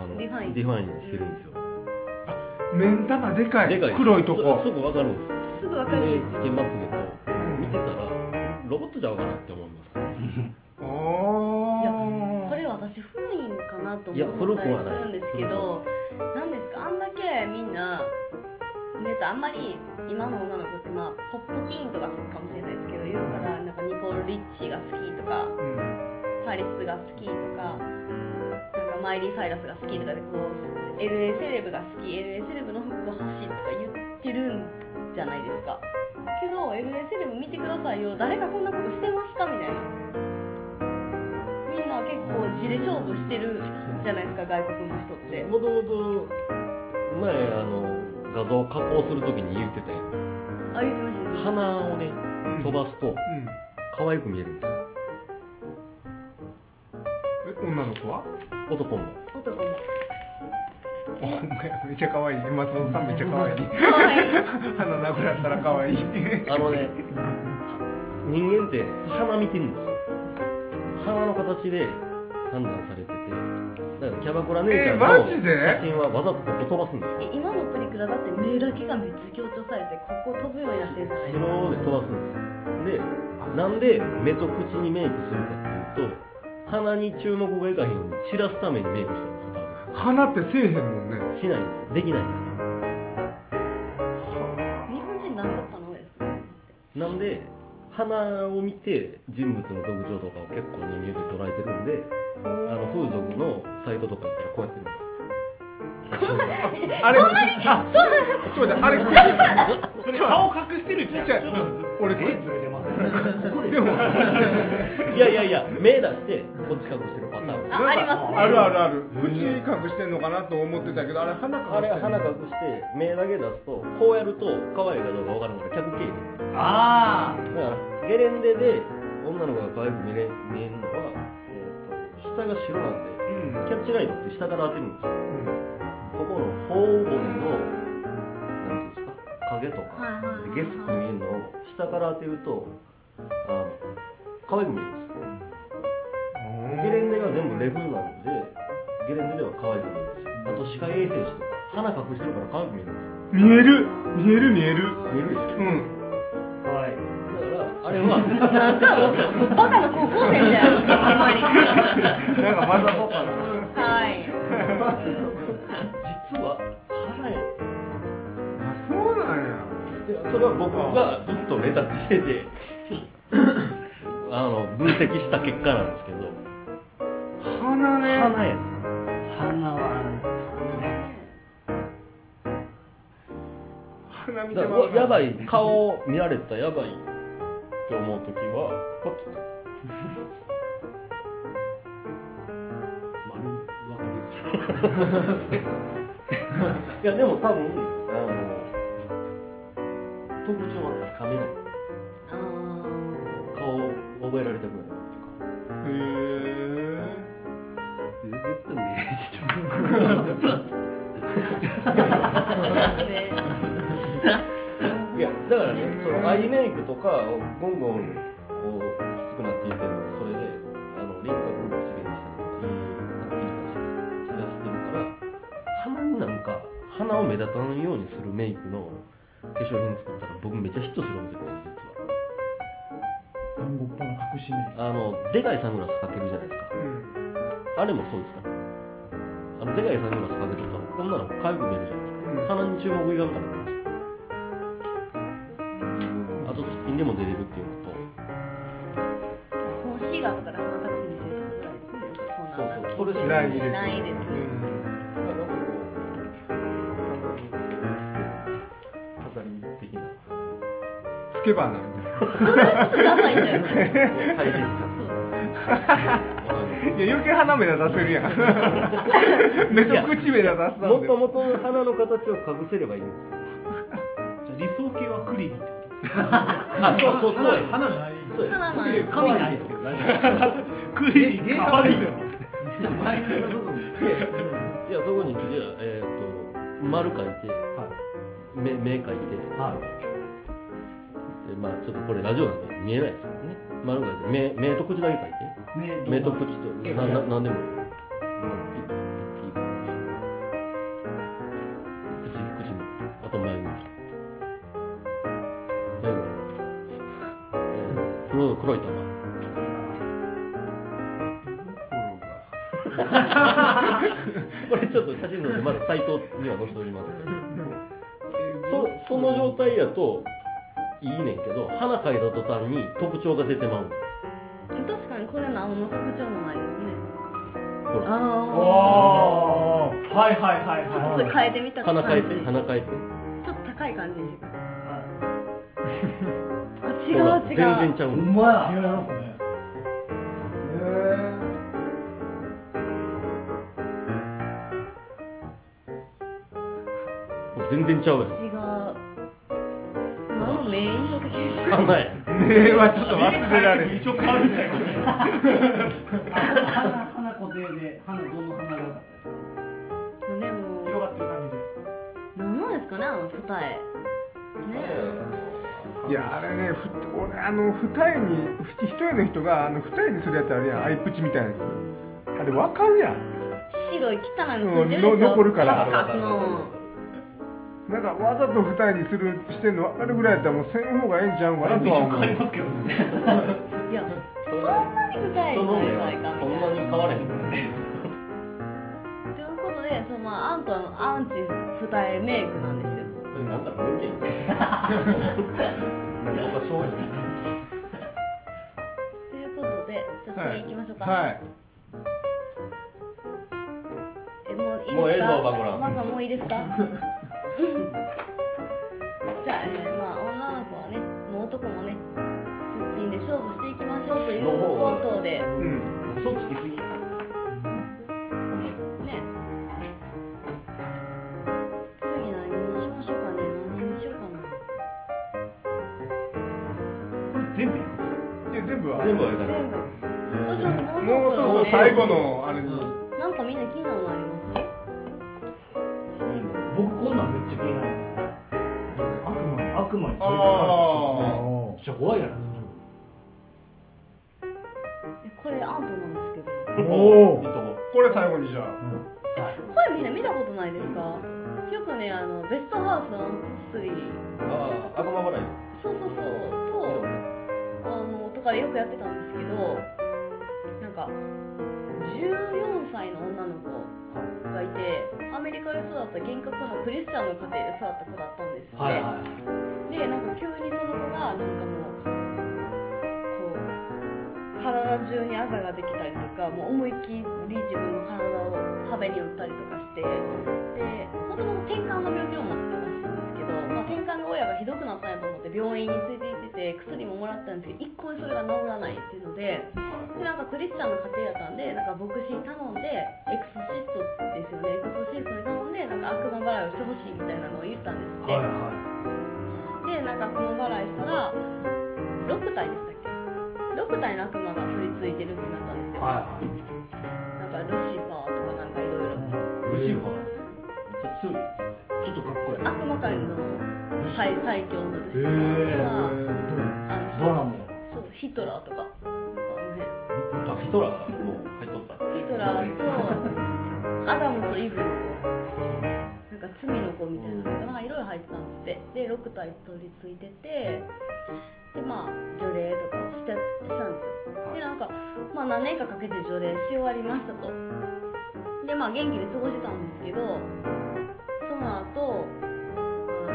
E: の
C: ディファイン
E: ディファインしてるんですよ、
D: 目ん玉でかい
E: でかいです
D: 黒いとこ
E: すすぐ分かるんですよ
C: すぐ分かるん
E: で
C: です
E: つ
C: よ
E: けまつげと見てたらロボットちゃうかなって思いま
D: お
E: す
C: いや
D: ー
C: これ私古いんかなと
E: いや
C: 思ったり
E: 古くは
C: す
E: ない
C: るんですけどなんですかあんだけみんな別にあんまり今の女の子ってまあポップティーンとかかもしれないですけど言うからなんかニコール・リッチーが好きとか
D: うん
C: パリスが好きとかなんかマイリー・サイラスが好きとかでこう LA セレブが好き LA セレブの服が欲しいとか言ってるんじゃないですかけど LA セレブ見てくださいよ誰がこんなことしてましたみたいなみんな結構地で勝負してるじゃないですか外国の人って
E: もともと前あの画像加工するときに言ってたやん
C: あ言ってました言ってまし
E: 鼻をね飛ばすと
D: うん
E: 可愛く見えるんですよ
D: え女の子は
E: 男も
C: た男も
D: お前めっちゃ可愛い松本さんめっちゃ可愛い鼻殴られたら可愛い
E: あのね人間って鼻見てるんですよ鼻の形で判断されててだからキャバクラ姉ちゃんの
D: えマ
E: 写
D: ジで
E: 真はわざとここ飛ばすんですよ
C: え今のプリクラだって目だけがめっちゃ強調されてここ飛ぶようになってるじゃないですか
E: 白で飛ばすんですよでなんで目と口にメイクするかっていうと鼻に注目がいかへんように散らすためにメイクしてるんですよ多分
D: 鼻ってせえへんもんね
E: しないんですよできないから
C: 日本人何だったのですか
E: なんで花を見て人物の特徴とかを結構人間って捉えてるんであの風俗のサイトとか行ったらこうやってるんですよ
D: あれあそうだあれ
F: それ顔隠してるじゃん
D: ちょっ
F: ち
D: と
F: ょっと
D: 俺
F: えずれてますね
D: でも
E: いやいやいや目出してこっち隠してるパターン
C: あありますね
D: あるあるある口隠してんのかなと思ってたけどあれ鼻隠して
E: あれ
D: る
E: 鼻隠して目だけ出すとこうやると可愛いかどうかわからんから客経営
H: ああ
E: だからゲレンデで女の子が可愛く見れ見えるのは、えー、と下が白なんで
D: うん
E: キャッチライトって下から当てるんです
D: う
E: よ
D: ん
E: ここの頬骨のなんていうんですか影とか、
C: はいはいはいはい
E: ゲスって見えるのを下から当てるとあの可愛く見えるんですよゲレンデが全部レフなんでゲレンデでは可愛く見えるんですよあと歯科衛生士とか鼻隠してるから可愛く見えるんですよ
D: 見える見える見える
E: 見えるでしょだか
D: うん
H: 可愛い
E: らあれは
C: なんかもうバカの高校生みたいなあんまり
D: なんか混ざっとったな
C: はい
E: [laughs] 実は鼻や
D: あそうなんや
E: でそれは僕がずっと目立ててあの分析した結果なんですけど
D: 鼻ね
E: 鼻やね
H: 鼻はね
D: 鼻見て
E: だから
D: ま
E: う
D: う
E: わやばい顔を見られたやばいって思う時はこっちだ
H: 丸わけですよ [laughs]
E: [laughs] いやでも多分あの特徴はつかめない
C: あー
E: 顔を覚えられたくない
D: へえ
H: ずっとね
C: ね
E: いやだからねそのアイメイクとかをゴンゴンこうきつくなっていってるのはそれであの輪郭をきれいにしたりとかはっきりさせて散らしてるから鼻になんか鼻を目立たないようにするメイクの化粧品作ったら僕めっちゃヒットするんですよ実は。
F: 単語っぱの隠し目
E: あのでかいサングラスかけるじゃないですか
D: うん
E: あれもそうですからあのでかいサングラスかけてると女の子かゆく見えるじゃないですか、
D: うん
E: 鼻に注目いかんからなんですよあとすっぴんでも出れるっていうのと
C: コンシーラーとかで鼻隠す見せるとこぐらいですねそんな
E: そうそうそれし
D: な
C: ないい
D: で
C: ですすな
D: ね
C: いですね
D: うん
E: だからなんかこう飾り的な
D: つけ花み
E: [laughs]
D: たいな
C: ちょっとダサいんちゃう
E: 再現した
C: そう
D: いや余計鼻目立たせるや
E: [laughs]
D: ん目と口目立たせたん
E: も
D: で
E: ともとの鼻の形を隠せればいいんですよ
F: じゃあ理想系はクリリンってことです
E: あそうそうそうや
G: 花ない
E: そうや
C: 鼻ない
H: 髪ないですけど大丈
F: クリリン
G: 芸
F: かわ
G: 風
F: い
G: です
F: い
G: よ
H: 夫マイナスの部分
E: いやそこにじゃあえっ、と丸描いて
H: は
E: 目目描いて
H: いはい
E: でまあちょっとこれラジオなんで見えないですけどね丸が目目と口だけ描いて目と口と
H: え
E: なな
H: え
E: なんでもうんピッピッピッ口口もあと眉毛眉毛えー黒黒これちょっと写真撮ってまだサイトには載せておりますけどそその状態やといいねんけど花描いた途端に特徴が出てまうんで
C: 確
E: す
C: かにこれ何の特徴もないですね
E: ほら
C: あ
F: はいはいはい
C: あちょっ
F: は
C: と変えてみた感
E: 花
C: じ
E: 描いて花描いて
C: ちょっと高い感じにしてください
F: い
C: あ違
E: ほら
C: う違う
E: 全然ちゃう
H: ほ
E: ねん
H: んまや
F: 違いますね
E: 全然ちゃうやん
C: 違う今の名印象的でした
E: 花
D: [laughs]
E: や
D: 目はちょっと忘れられん
F: 一応変わるみたいな
H: 花花固定で花どの花が良かったですか
C: でも
F: 広がってる感じで
C: 何なんですかねあの二重
D: いやあれねふ俺あの二重にふ一重の人があの二重にするやつあるやんアイプチみたいなやつあれ分かるやん
C: 白い汚いのついてるでしょ、
D: うんの残るから
C: カクカクの
D: なんかわざと二重にするしてんのあれぐらいやったらもうせん方がええんちゃうかなとは思う
F: ますけどね
C: いやそんなに二重
E: 人
C: に
E: の
C: な
E: 目
C: りたいか
E: は
C: みた
E: そん
C: い
E: なに変われへんからね
C: なということでそのまあアントはあのアンチ二重メイクなんですよ
E: それなんか無理やん
H: 僕は正直
C: ということでじゃあ次行きましょうか、
D: はい
C: えもういいですか
E: もうええぞバコラ
C: マコもういいですか [laughs] じゃあ、えーまあ女の子はねもう男もねすっぴんで勝負していきましょうというコントで
D: うん
H: 嘘つきすぎや
C: ね次何にしましょうかね何にしようかな
F: これ全部いくんですか
D: いや全部は
E: 全部あれだ
C: 全部そうしますも
D: も
C: うそ
D: う
C: ろ
D: そろ
C: そろね
D: そろ最後のあれに、
C: なんかみんな気になるのあります
H: 僕こんなんめっちゃ気になります
F: 悪魔
H: 悪魔に取り
D: あ
H: かかる
D: あ
H: めっちゃ怖いやろそれ
C: えこれアントなんですけど
E: いいとこ
D: これ最後にじゃあ
C: これみんな見たことないですかよくねあのベストハウス123
E: ああ悪魔払い
C: そうそうそうとあのとかでよくやってたんですけどなんか14歳の女の子がいてアメリカで育った厳格のクリスチャンの家庭で育った子だったんですって、
H: はいはい
C: でなんか急にその子がなんかもうこう体中にあざができたりとかもう思いっきり自分の体を壁に打ったりとかしてでもともと転換の病気を持ってたらしいんですけど、まあ、転換が親がひどくなったんやと思って病院について行ってて薬ももらったんですけど一向にそれが治らないっていうのででなんかクリスチャンの家庭やったんでなんか牧師に頼んでエクソシストですよねエクソシストに頼んでなんか悪魔払いをしてほしいみたいなのを言ったんですって。
H: はいは
C: でなんか悪魔払いしたら6体でしたっけ6体の悪魔が降りついてるってなったんです
H: い
C: よ、
H: は
C: なんかルシファーとかなんかいろいろ
H: いルシファーめっちゃ強いやつちょっとかっこいい
C: 悪魔界の最最強のルシファーとかあのヒ
H: ド
C: そうヒトラ
H: ラも
C: ーとかなんかあの辺
E: あヒトラーがも
C: ヒトラーとアダムと
E: う入っとった
C: イブの子なんか罪の子みたいなのがいろいろ入ってたんですってで6体取り付いててでまあ除霊とかをしてしたんですよでなんか、まあ、何年かかけて除霊し終わりましたとでまあ元気で過ごしてたんですけどその後あ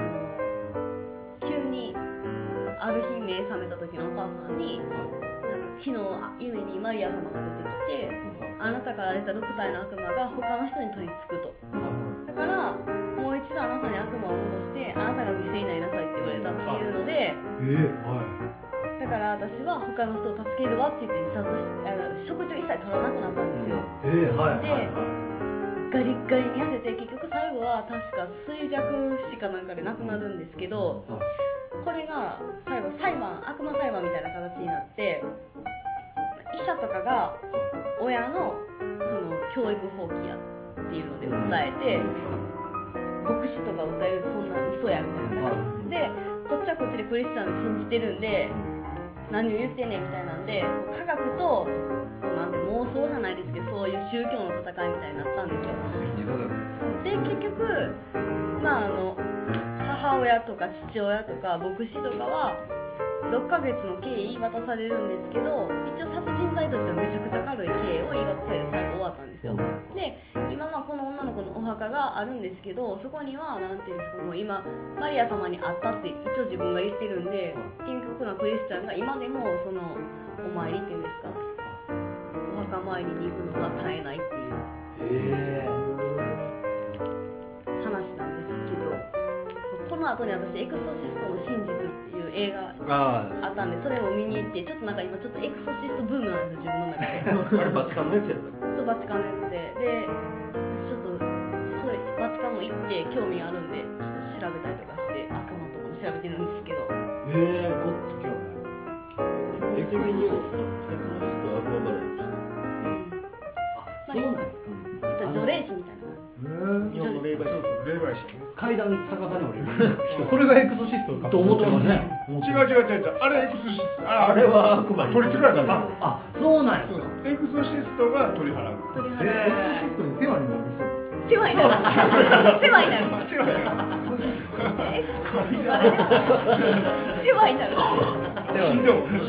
C: の急にある日目覚めた時のお母さんに「なんか昨日夢にマリア様が出てきて」あなたから出た6体の悪魔が他の人に取り付くとだからもう一度あなたに悪魔を戻してあなたが犠牲になりなさいって言われたっていうのでだから私は他の人を助けるわって言って自殺しあの食事を一切取らなくなったんですよ
H: えーはいはいはい
C: ガリッガリに痩せて結局最後は確か衰弱死かなんかで亡くなるんですけどこれが最後裁判悪魔裁判みたいな形になって医者とかが親のその教育放棄やっていうので訴えて牧師とか訴えるとそんな嘘やみたいな感じでこっちはこっちでクリスチャンで信じてるんで何を言ってんねんみたいなんで科学とこうなんて妄想じゃないですけどそういう宗教の戦いみたいになったんですよ
H: 臨時科学です
C: で結局まああの母親とか父親とか牧師とかは6ヶ月の刑言い渡されるんですけど一応殺人罪としてはめちゃくちゃ軽い刑を言い渡されて最後終わわったんですよで今はこの女の子のお墓があるんですけどそこには何ていうんですかもう今マリア様に会ったって一応自分が言ってるんで健脚なクリスチャンが今でもそのお参りっていうんですかお墓参りに行くのが絶えないっていう
H: え
C: 話なんですけどそうこの後に私「エクソシストの真実」っていう映画
E: あ
C: あったんでそれも見に行ってちょっとなんか今ちょっとエクソシストブームなんですよ自分の中で
E: ああれバチカンのやつやった
C: そうバチカンのやつでで私ちょっとそれバチカンも行って興味あるんでちょっと調べたりとかして悪魔とかも調べてるんですけど
H: えええごっつ
E: エ
H: 興味
E: クソシストエクソシストはアクアバレン
C: うん
H: あるそうなんですか
C: ちょっと除霊師みたいな
E: 日本の霊媒師
D: 霊媒師
H: 階段逆さに降りる
G: それがエクソシストか
H: と思ってましたね
D: 違う違う違う違うあれエクソシストあ
E: あれは悪魔に
D: 取りつかれたんだ
H: あそうなんや
D: そうですエクソシストが取り払う
C: 鳥
G: えーエ
C: 肌
G: クソシストに世話になる人
C: 世話にな [laughs] る世話になる
D: 世話やな
C: エクソシストあれ世話になる
D: ひどい
C: そう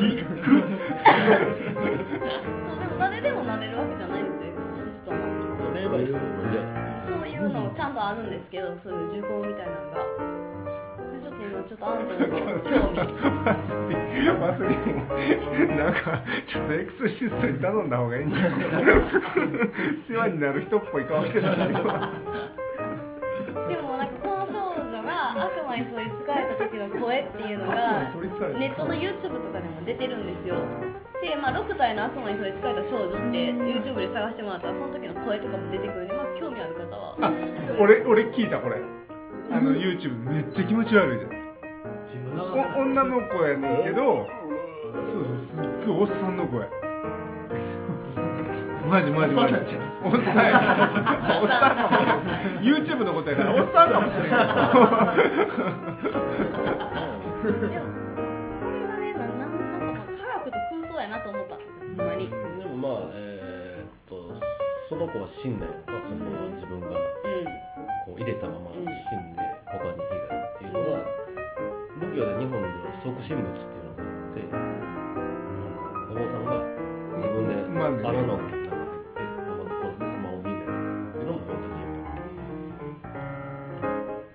C: でも誰でもなれるわけじゃないんですよエクソシストも。
E: 霊媒師と同じや
C: そういうのちゃんとあるんですけど、そういう受講みたいなのが。でちょっと今ちょっとアントンの興味。
D: 祭り祭りもなんか [laughs] ちょっとエクソシストに頼んだ方がいいんじゃないかな世話になる人っぽい顔して [laughs] たけど
C: でもなんかこの少女が悪魔に取り憑かれた時の声っていうのが
D: 取り憑かれた
C: ネットの YouTube とかでも出てるんですよ。で、まあ、6歳の悪魔に取り憑かれた少女って YouTube で探してもらったらその時の声とかも出てくるんで、まあ、興味ある方は
D: あ俺俺聞いたこれあの YouTube めっちゃ気持ち悪いじゃん
H: 自分の
D: お女の子やねんけどそうそうすっごいおっさんの声 [laughs] マジマジマジおっさんやおっさんかもしれない YouTube のことやからおっさんかもしれない
C: でもこれはねななんなんかまあ科学と空想やなと思ったんですよほんまに、うん、
E: でもまあえーっとその子は死んだやんかその自分がこう入れたまま死んで他に被害っていうのが仏教で日本では即身仏っていうのがあってあのお坊さんが自分で
D: まあね
E: 穴の中に入ってまずこうスマホを見るっていうのも同じや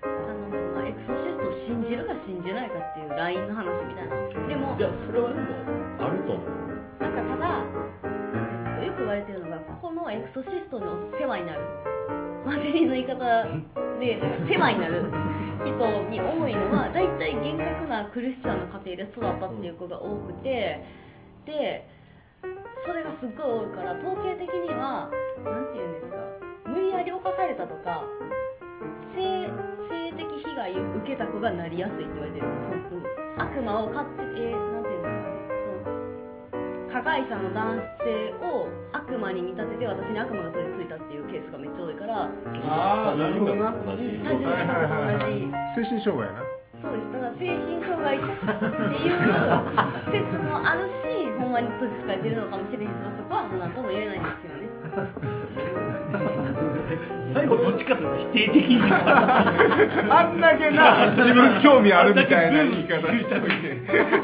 C: あのまあエクソシストを信じるか信じないかっていうラインの話みたいなでも
E: んいやそれはでもあると思う
C: なんかただ、えっと、よく言われてるのがここのエクソシストの世話になる祭りの言い方で世話になる人に多いのは大体厳格なクリスチャンの家庭で育ったっていう子が多くてでそれがすっごい多いから統計的には何て言うんですか無理やり犯されたとか性性的被害を受けた子がなりやすいって言われてるその悪魔を勝手えー、なんて言うんですかねその加害者の男性を悪魔に見立てて私に悪魔が取り付いたっていうケースがめっちゃ多いから
E: あ
G: なるほどな
E: 同じ
C: 最初の時間と同じ
D: 精神障害やな
C: そうですだから精神障害っていう説もあるしほんまに閉じつかれてるのかもしれんしそこはもう何とも言えないんですよね
F: 最後どっちかというと否定的に
D: あんだけな自分興味あるみたいな言い方しといて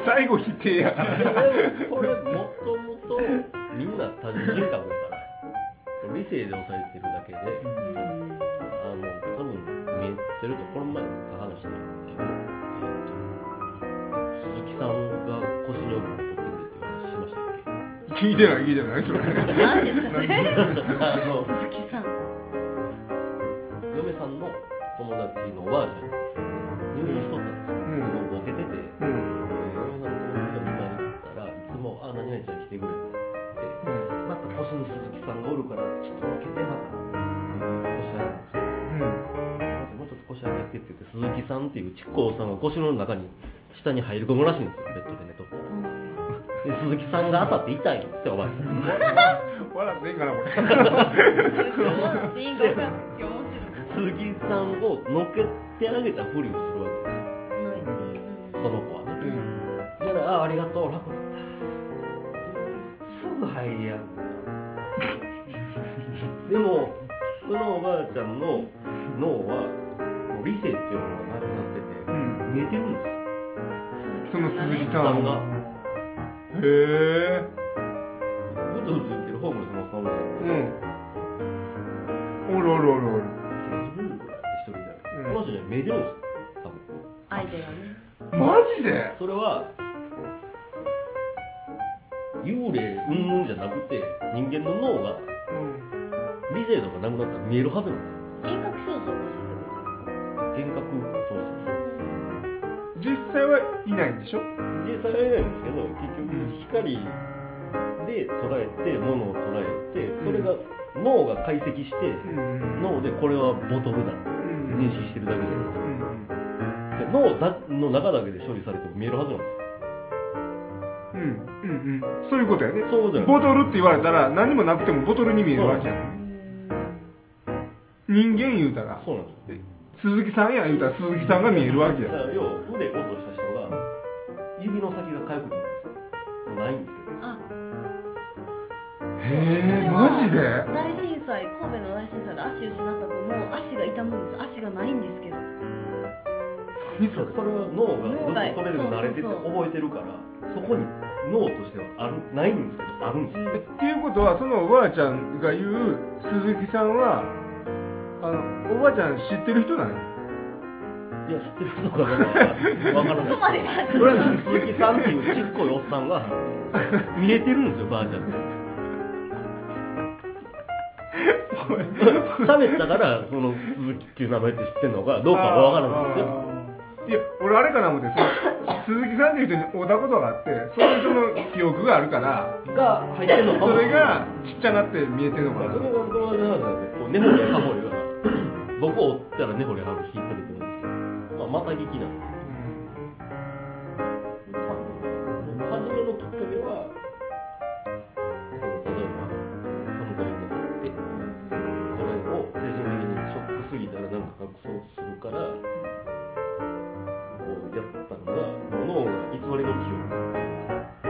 D: 最後否定 [laughs] やから
E: これもともとみんな多重人格だから理性で抑えてるだけで、あの多分見えてるとこの前で話したけど、えっと鈴木さんが腰に帯を取ってくれ
D: 聞
E: っていう話しましたっ
D: いてない聞いてないそれ
C: 何ですかそれ [laughs]
E: けあ
D: [laughs]
E: の
C: 鈴木さん
E: 嫁さんの友達のおばあちゃん入院しとったんですよ、
D: うん
E: すごいボケてて、
D: うん
E: 嫁さんの友達が見舞いに行ったらいつも「あ何々ちゃん来てくれ」って言って。また腰に鈴木さんがおるからちょっと負けてまた腰上げてすいませんもうちょっと腰上げてって言って鈴木さんっていうちっこいおっさんが腰の中に下に入り込むらしいんですよベッドで寝とったらで鈴木さんが当たって痛いんですっておばあちゃん
D: 笑っていいんかなこれ
C: 笑っていいんか分からんいや面
E: 鈴木さんをのけてあげたふりをするわけです
C: 白
E: よ
C: い
E: その子はねだからああありがとう楽だったすぐ入りやんなでもそのおばあちゃんの脳はもう理性っていうものがなくなってて、
D: ん
E: 見えてるんですよ
D: その鈴木
E: さ
D: さん
E: んが
D: へえ
E: うずうず言ってるホームレスのおっさんおるじゃないです
D: うんおるおるおる
E: 一人
D: うん
E: でこの人ね見えてるんですよ多分
C: 相手がね
D: マジで
E: それは幽霊うんうんじゃなくて人間の脳が理性とかなくなったら見えるはずなんですよ
I: 遠隔操作もするってことですか
E: 幻覚操作
D: 実際はいないんでしょ
E: 実際はいないんですけど結局光で捉えて物を捉えてそれが脳が解析して
D: ん
E: 脳でこれはボトルだ
D: うん
E: 認識してるだけじゃないですか
D: うん
E: じゃあ脳だの中だけで処理されても見えるはずなんですよ
D: うんうんうんそういうことやね
E: そういうことやね
D: ボトルって言われたら何もなくてもボトルに見えるわけやん人間言うたら
E: そうなんですよ
D: 鈴木さんや言うたら鈴木さんが見えるわけや
E: だから要は腕落とした人が指の先が痒くなるんですよもうないんですけど
C: あ
D: へえ
C: でも
D: マジで
C: 大震災神戸の大震災で足失った子も足が痛むんです足がないんですけど
D: 何それ
E: それは脳がずっとそれでも慣れてて
C: 脳がそうそうそう
E: 覚えてるからそこに脳としてはあるないんですけどあるんですよ
D: えっていうことはそのおばあちゃんが言う鈴木さんはあのおばあちゃん知ってる人なんや
E: いや知ってる人かどうかわから
C: そ
E: ない
C: こまでは
E: それは鈴木さんっていうちっこいおっさんが見えてるんですよばあちゃんって喋ったからその鈴木っていう名前って知ってるのかどうかはわからない
D: い
E: ですよ
D: や俺あれかな思ってその鈴木さんっていう人に会うたことがあってその人の記憶があるから
E: が入ってるのか
D: そ
E: も
D: れがちっちゃなって見えてるのかな
E: それが友達の話なんでこう根掘り葉掘りがどこを折ったら根掘り葉掘り引っ張れてるんですけど、まあ、また聞きなんですよ多分初めのきっかけはその例えば寒がりになってそれを精神的にショックすぎたらなんか隠そうとするからこうやったのがもう脳が偽りの記憶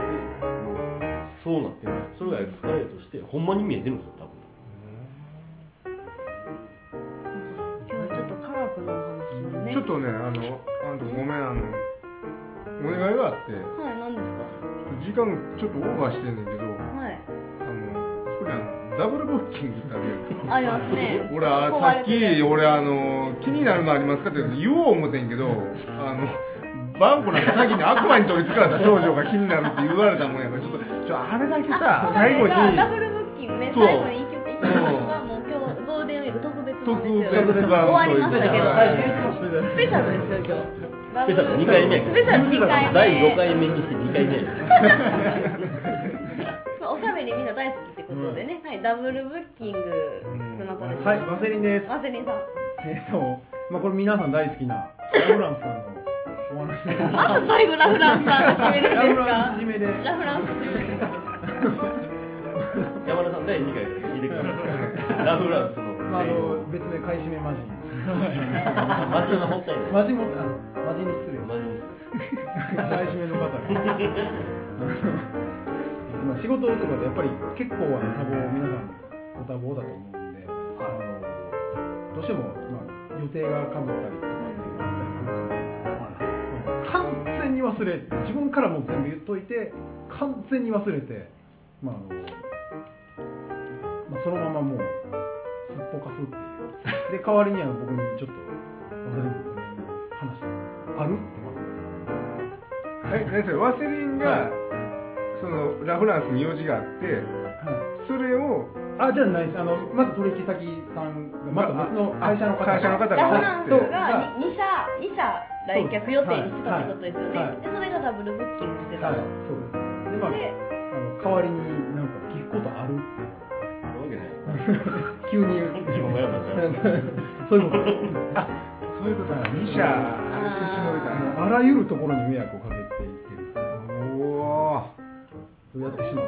E: でもうそうなってるんですよそれがエクスカレートしてほんまに見えてるんですよ多分
C: 今日はちょっと科学のお話をね
D: ちょっとねあのあんたごめんあのお願いがあって
C: はい何ですか
D: 時間ちょっとオーバーしてんねんけど
C: はい
D: あのそれあのダブルブッキングってあるやん
C: ありますね
D: 俺あさっき俺あの気になるのありますかって言おう思てんけどあのバンコなんか先に悪魔に取りつかれた少女が気になるって言われたもんやからちょっとちょあれだけさ最後に
C: ダブルブッキングね
D: そう
C: 最後に一曲一曲がもう今日ゴールデンウィーク特別版ですよ
D: 特別版
C: 終わりましたけど
D: 最
C: ス
D: 初
C: ペシャルですよ今日
E: スペシャル2回目
C: スペシャル2回目
E: 第5回目にして2回目
C: [laughs] まあおしゃべりみんな大好きってことでね、はいダブルブッキングどなたですか、
H: はい、ワセリンです。
C: ワセリンさん
H: えっと、まあ、これ皆さん大好きな、ラフランスさんのお話です。
C: また最後ラフランスさんが決めるん
H: ラ
C: で
H: フ
C: すか
H: ランス締めで。
C: ラフランス締めですか
E: 山田さん第2回から聞いてくださいラフランスの
H: まあ、あの、別名買い占め魔人。
F: [laughs]
E: マ
H: [laughs]
E: ジのもったいない
H: 魔人も、あの、魔人に失礼。
E: マジです
H: 買い占めの方が。 [laughs] あのまあ、仕事とかで、やっぱり、結構、あの、多忙、皆さん、ご多忙だと思うんで。あの、どうしても、まあ、予定がかぶったりとかっていうのがあったりするんですけど。完全に忘れて自分からもう全部言っといて完全に忘れて、まああのまあ、そのままもうすっぽかすっていうで代わりには僕にちょっと忘れてくる話あるってまず
D: え何それワセリンがそのラフランスに用事があって
H: は
D: それを
H: い、あじゃあないですあのまず取引先さんがまた別の
D: あ
H: 会社の方が
D: 会社の方
C: ラフ
D: が
C: ランス
H: そう
C: がに2社二社来客予定にしてたってことですよね、
H: はいはい
C: でそれがダブルブッキングしてた
H: はい
C: と、
H: そうですでまあ
C: で
H: あの代わりになんか聞くことある [laughs] っていう
E: わけない
H: 急に言う
E: 自分が読んだから
H: そういうこと
D: そういうことだ2社してし
H: あ
D: ま
H: のあらゆるところに迷惑をかけていってる
D: うたおお
H: やってしまう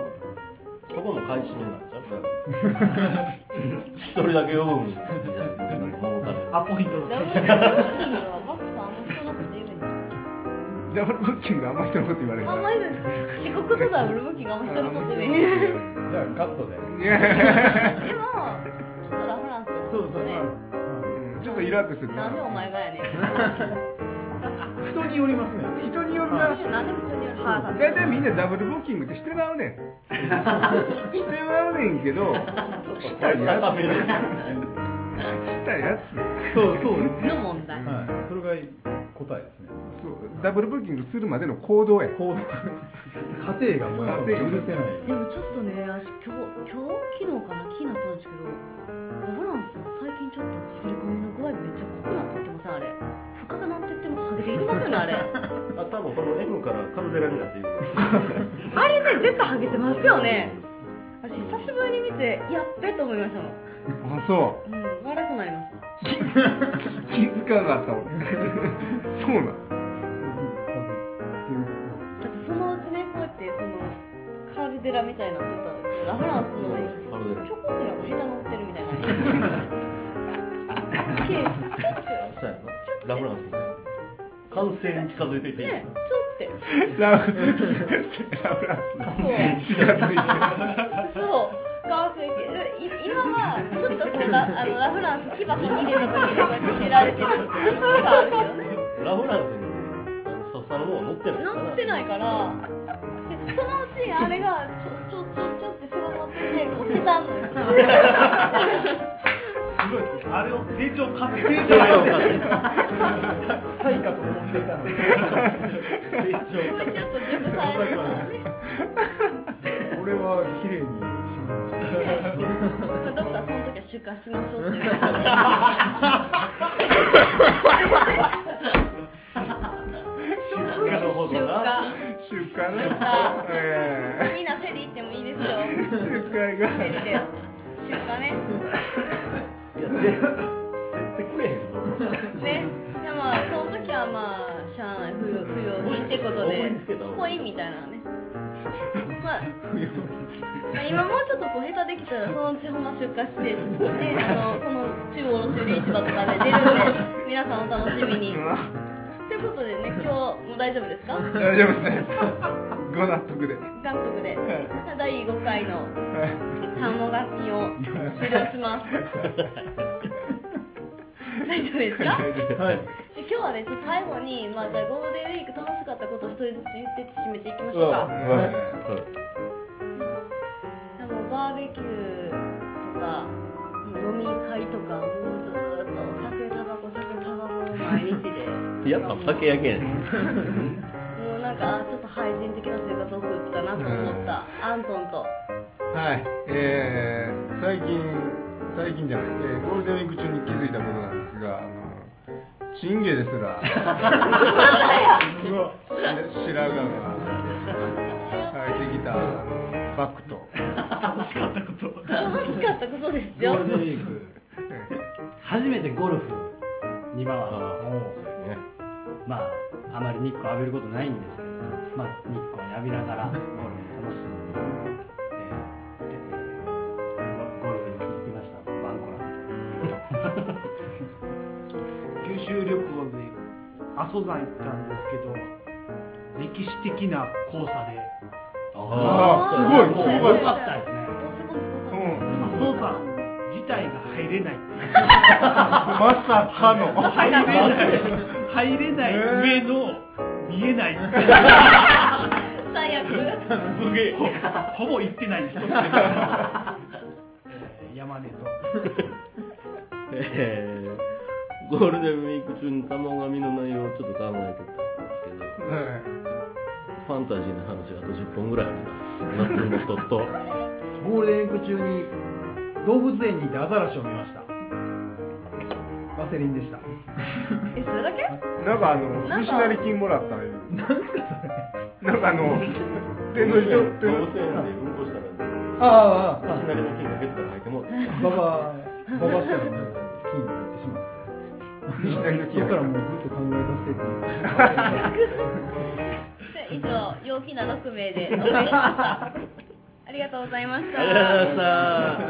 E: そこも買い占めになっちゃう
J: アポイント
C: ダブルブッキングはバクさんあんま人のこと言えない
E: 一人だけ呼ぶのになんか物足りない
C: んです
D: ダブルブッキングあんま人のこと言われへん
C: あんまり遅刻とダブルブッキングあんま人のこと言えない
H: じゃあカットで
D: いや
C: でも
H: [laughs]
C: きっとラフランスの
H: そう
C: こ
H: そ
C: と
H: う、
C: ね
D: うんちょっとイラってする
C: なんでお前がやねん
H: [laughs] まあ人によりますね
D: 人によるな
C: 何でも人による歯が立
D: 大体みんなダブルブッキングってしてまうねんしてまうねんけど
E: ちょっと高めで
D: 来たやつ
G: そうそうです
C: の問題
G: はいそれが答えですね
D: そうダブルブッキングするまでの行動や
G: こう過程がもうやっぱ許せない
C: でもちょっとね私今日今日昨日かな気になったんですけどホランさん最近ちょっと作り込みの具合めっちゃ濃くなっていってませんあれ深くなっていってもハゲていきますよねあ
E: [laughs]
C: れ
E: あ多分この M からカルデラになっていく
C: あれね絶対ハゲてますよね私久しぶりに見てやっべと思いましたもん、
D: あそ
C: うん、悪くなりました
D: う気づかなかった俺そうなの
C: だってそのうちねこうやってそのカルデラみたいになってたんですけどラフランスの上に
E: カルデラ
C: ひょこってなんかヘタ乗ってるみたいな
E: [laughs]
C: ケースちょって
E: そうやなラフランス完成に近づいていっていい
C: ねちょって
D: ラフラフランスに近づいて
C: そう完成形い今はちょっとこうラあのラフランス牙かき入れた時にこうやって蹴られてるがあるけどね
E: ラフランスにあのスタッフさんの方乗ってないから
C: 乗ってないからでそのうちあれがちょちょちょちょって狭まっててこうへたんのよ
F: すごいですねあれを成長過程成
E: 成長過程
G: 対価と思っていたので
E: 成長過
C: ちょっと熟されてたらね
G: 俺は綺麗に死にました
C: まあ、どっかその時は出荷しましょうっていう
E: 程なるほど
C: 出
E: な
C: 荷
D: 出荷 [laughs] ね
C: 荷
D: え
C: みんなフェリー行ってもいいですよ
D: え出荷
C: フェリー
D: が
C: で出荷ね
E: いやせせってくれへんぞ
C: ねでまあその時はまあしゃあない不良不良品ってこと
E: 思
C: で
E: いつけたわ
C: ポインみたいなのねまあまあ今もうちょっとこう下手できたらそのうちほんま出荷して、ね、あのこの中央卸売市場とかで出るんで皆さんお楽しみにということでね今日もう大丈夫ですか
D: 大丈夫ですご納得で
C: 韓国で第5回の単語楽器を終了します
D: [laughs]
C: 大丈夫ですか
G: はい
C: で今日はねちょっと最後に、まあ、じゃあゴールデンウィーク楽しかったことを一人ずつ言ってって締めていきましょうか、でもバーベキューとか飲み会とかもうずーっとお酒タバコ酒タバコ毎日で
E: [laughs] やっぱ酒やけん
C: もうなんかあちょっと廃人的な生活を送ったなと思った、アントンと
D: はい、えー、最近最近じゃない、えー、ゴールデンウィーク中に気づいたことなんですがあのチンゲですらし白髪が生えてきたあのバックと
F: 楽しかったこと
H: [laughs]
C: 楽しかったことです
H: ゴ
C: よ
H: ールデンウィーク初めてゴルフに回ったまああまり日光浴びることないんですけど、まあ、日光を浴びながらゴルフを楽しんで、えーゴルフに行きましたワンコラン
K: [laughs]
H: と
K: 九州旅行で阿蘇山行ったんですけど歴史的な交差で
D: あすごいすご
H: よ
D: い
H: かったですね
C: すごいすごかった、
K: 阿蘇山自体が入れない
D: まさかの
K: 入れない入れない上の見えない
C: 最悪
K: すげえほぼ行ってない人っていう、えー山根と
E: えー、ゴールデンウィーク中に玉紙の内容をちょっと考えてたんですけど
D: はい
E: ファンタジーの話があと10本ぐらいあります夏のとっと
G: ゴールデンウィーク中に動物園に行ってアザラシを見ましたワセリンで
K: [laughs]
G: した
C: えそれだけ
D: なんかあの
C: なんか
D: 西成金もらったいうなんか
C: [laughs]
D: あの天の人って
E: 動物園でうんこし
D: [laughs]
E: たら
G: あああ
E: 足なりの金がケツから入ってもうて
G: あババババしたらもう金になってしまって
D: 西成の
G: そ
D: 金
G: こ
D: や
G: か
D: からら
G: もうずっと考えさせてっていう
C: で以
E: [laughs]
C: 上陽気な6名でお送りしましたありがとうございました
E: ありがとうございました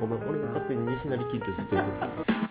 E: ごめん俺が勝手に西成金ってずっと言ってた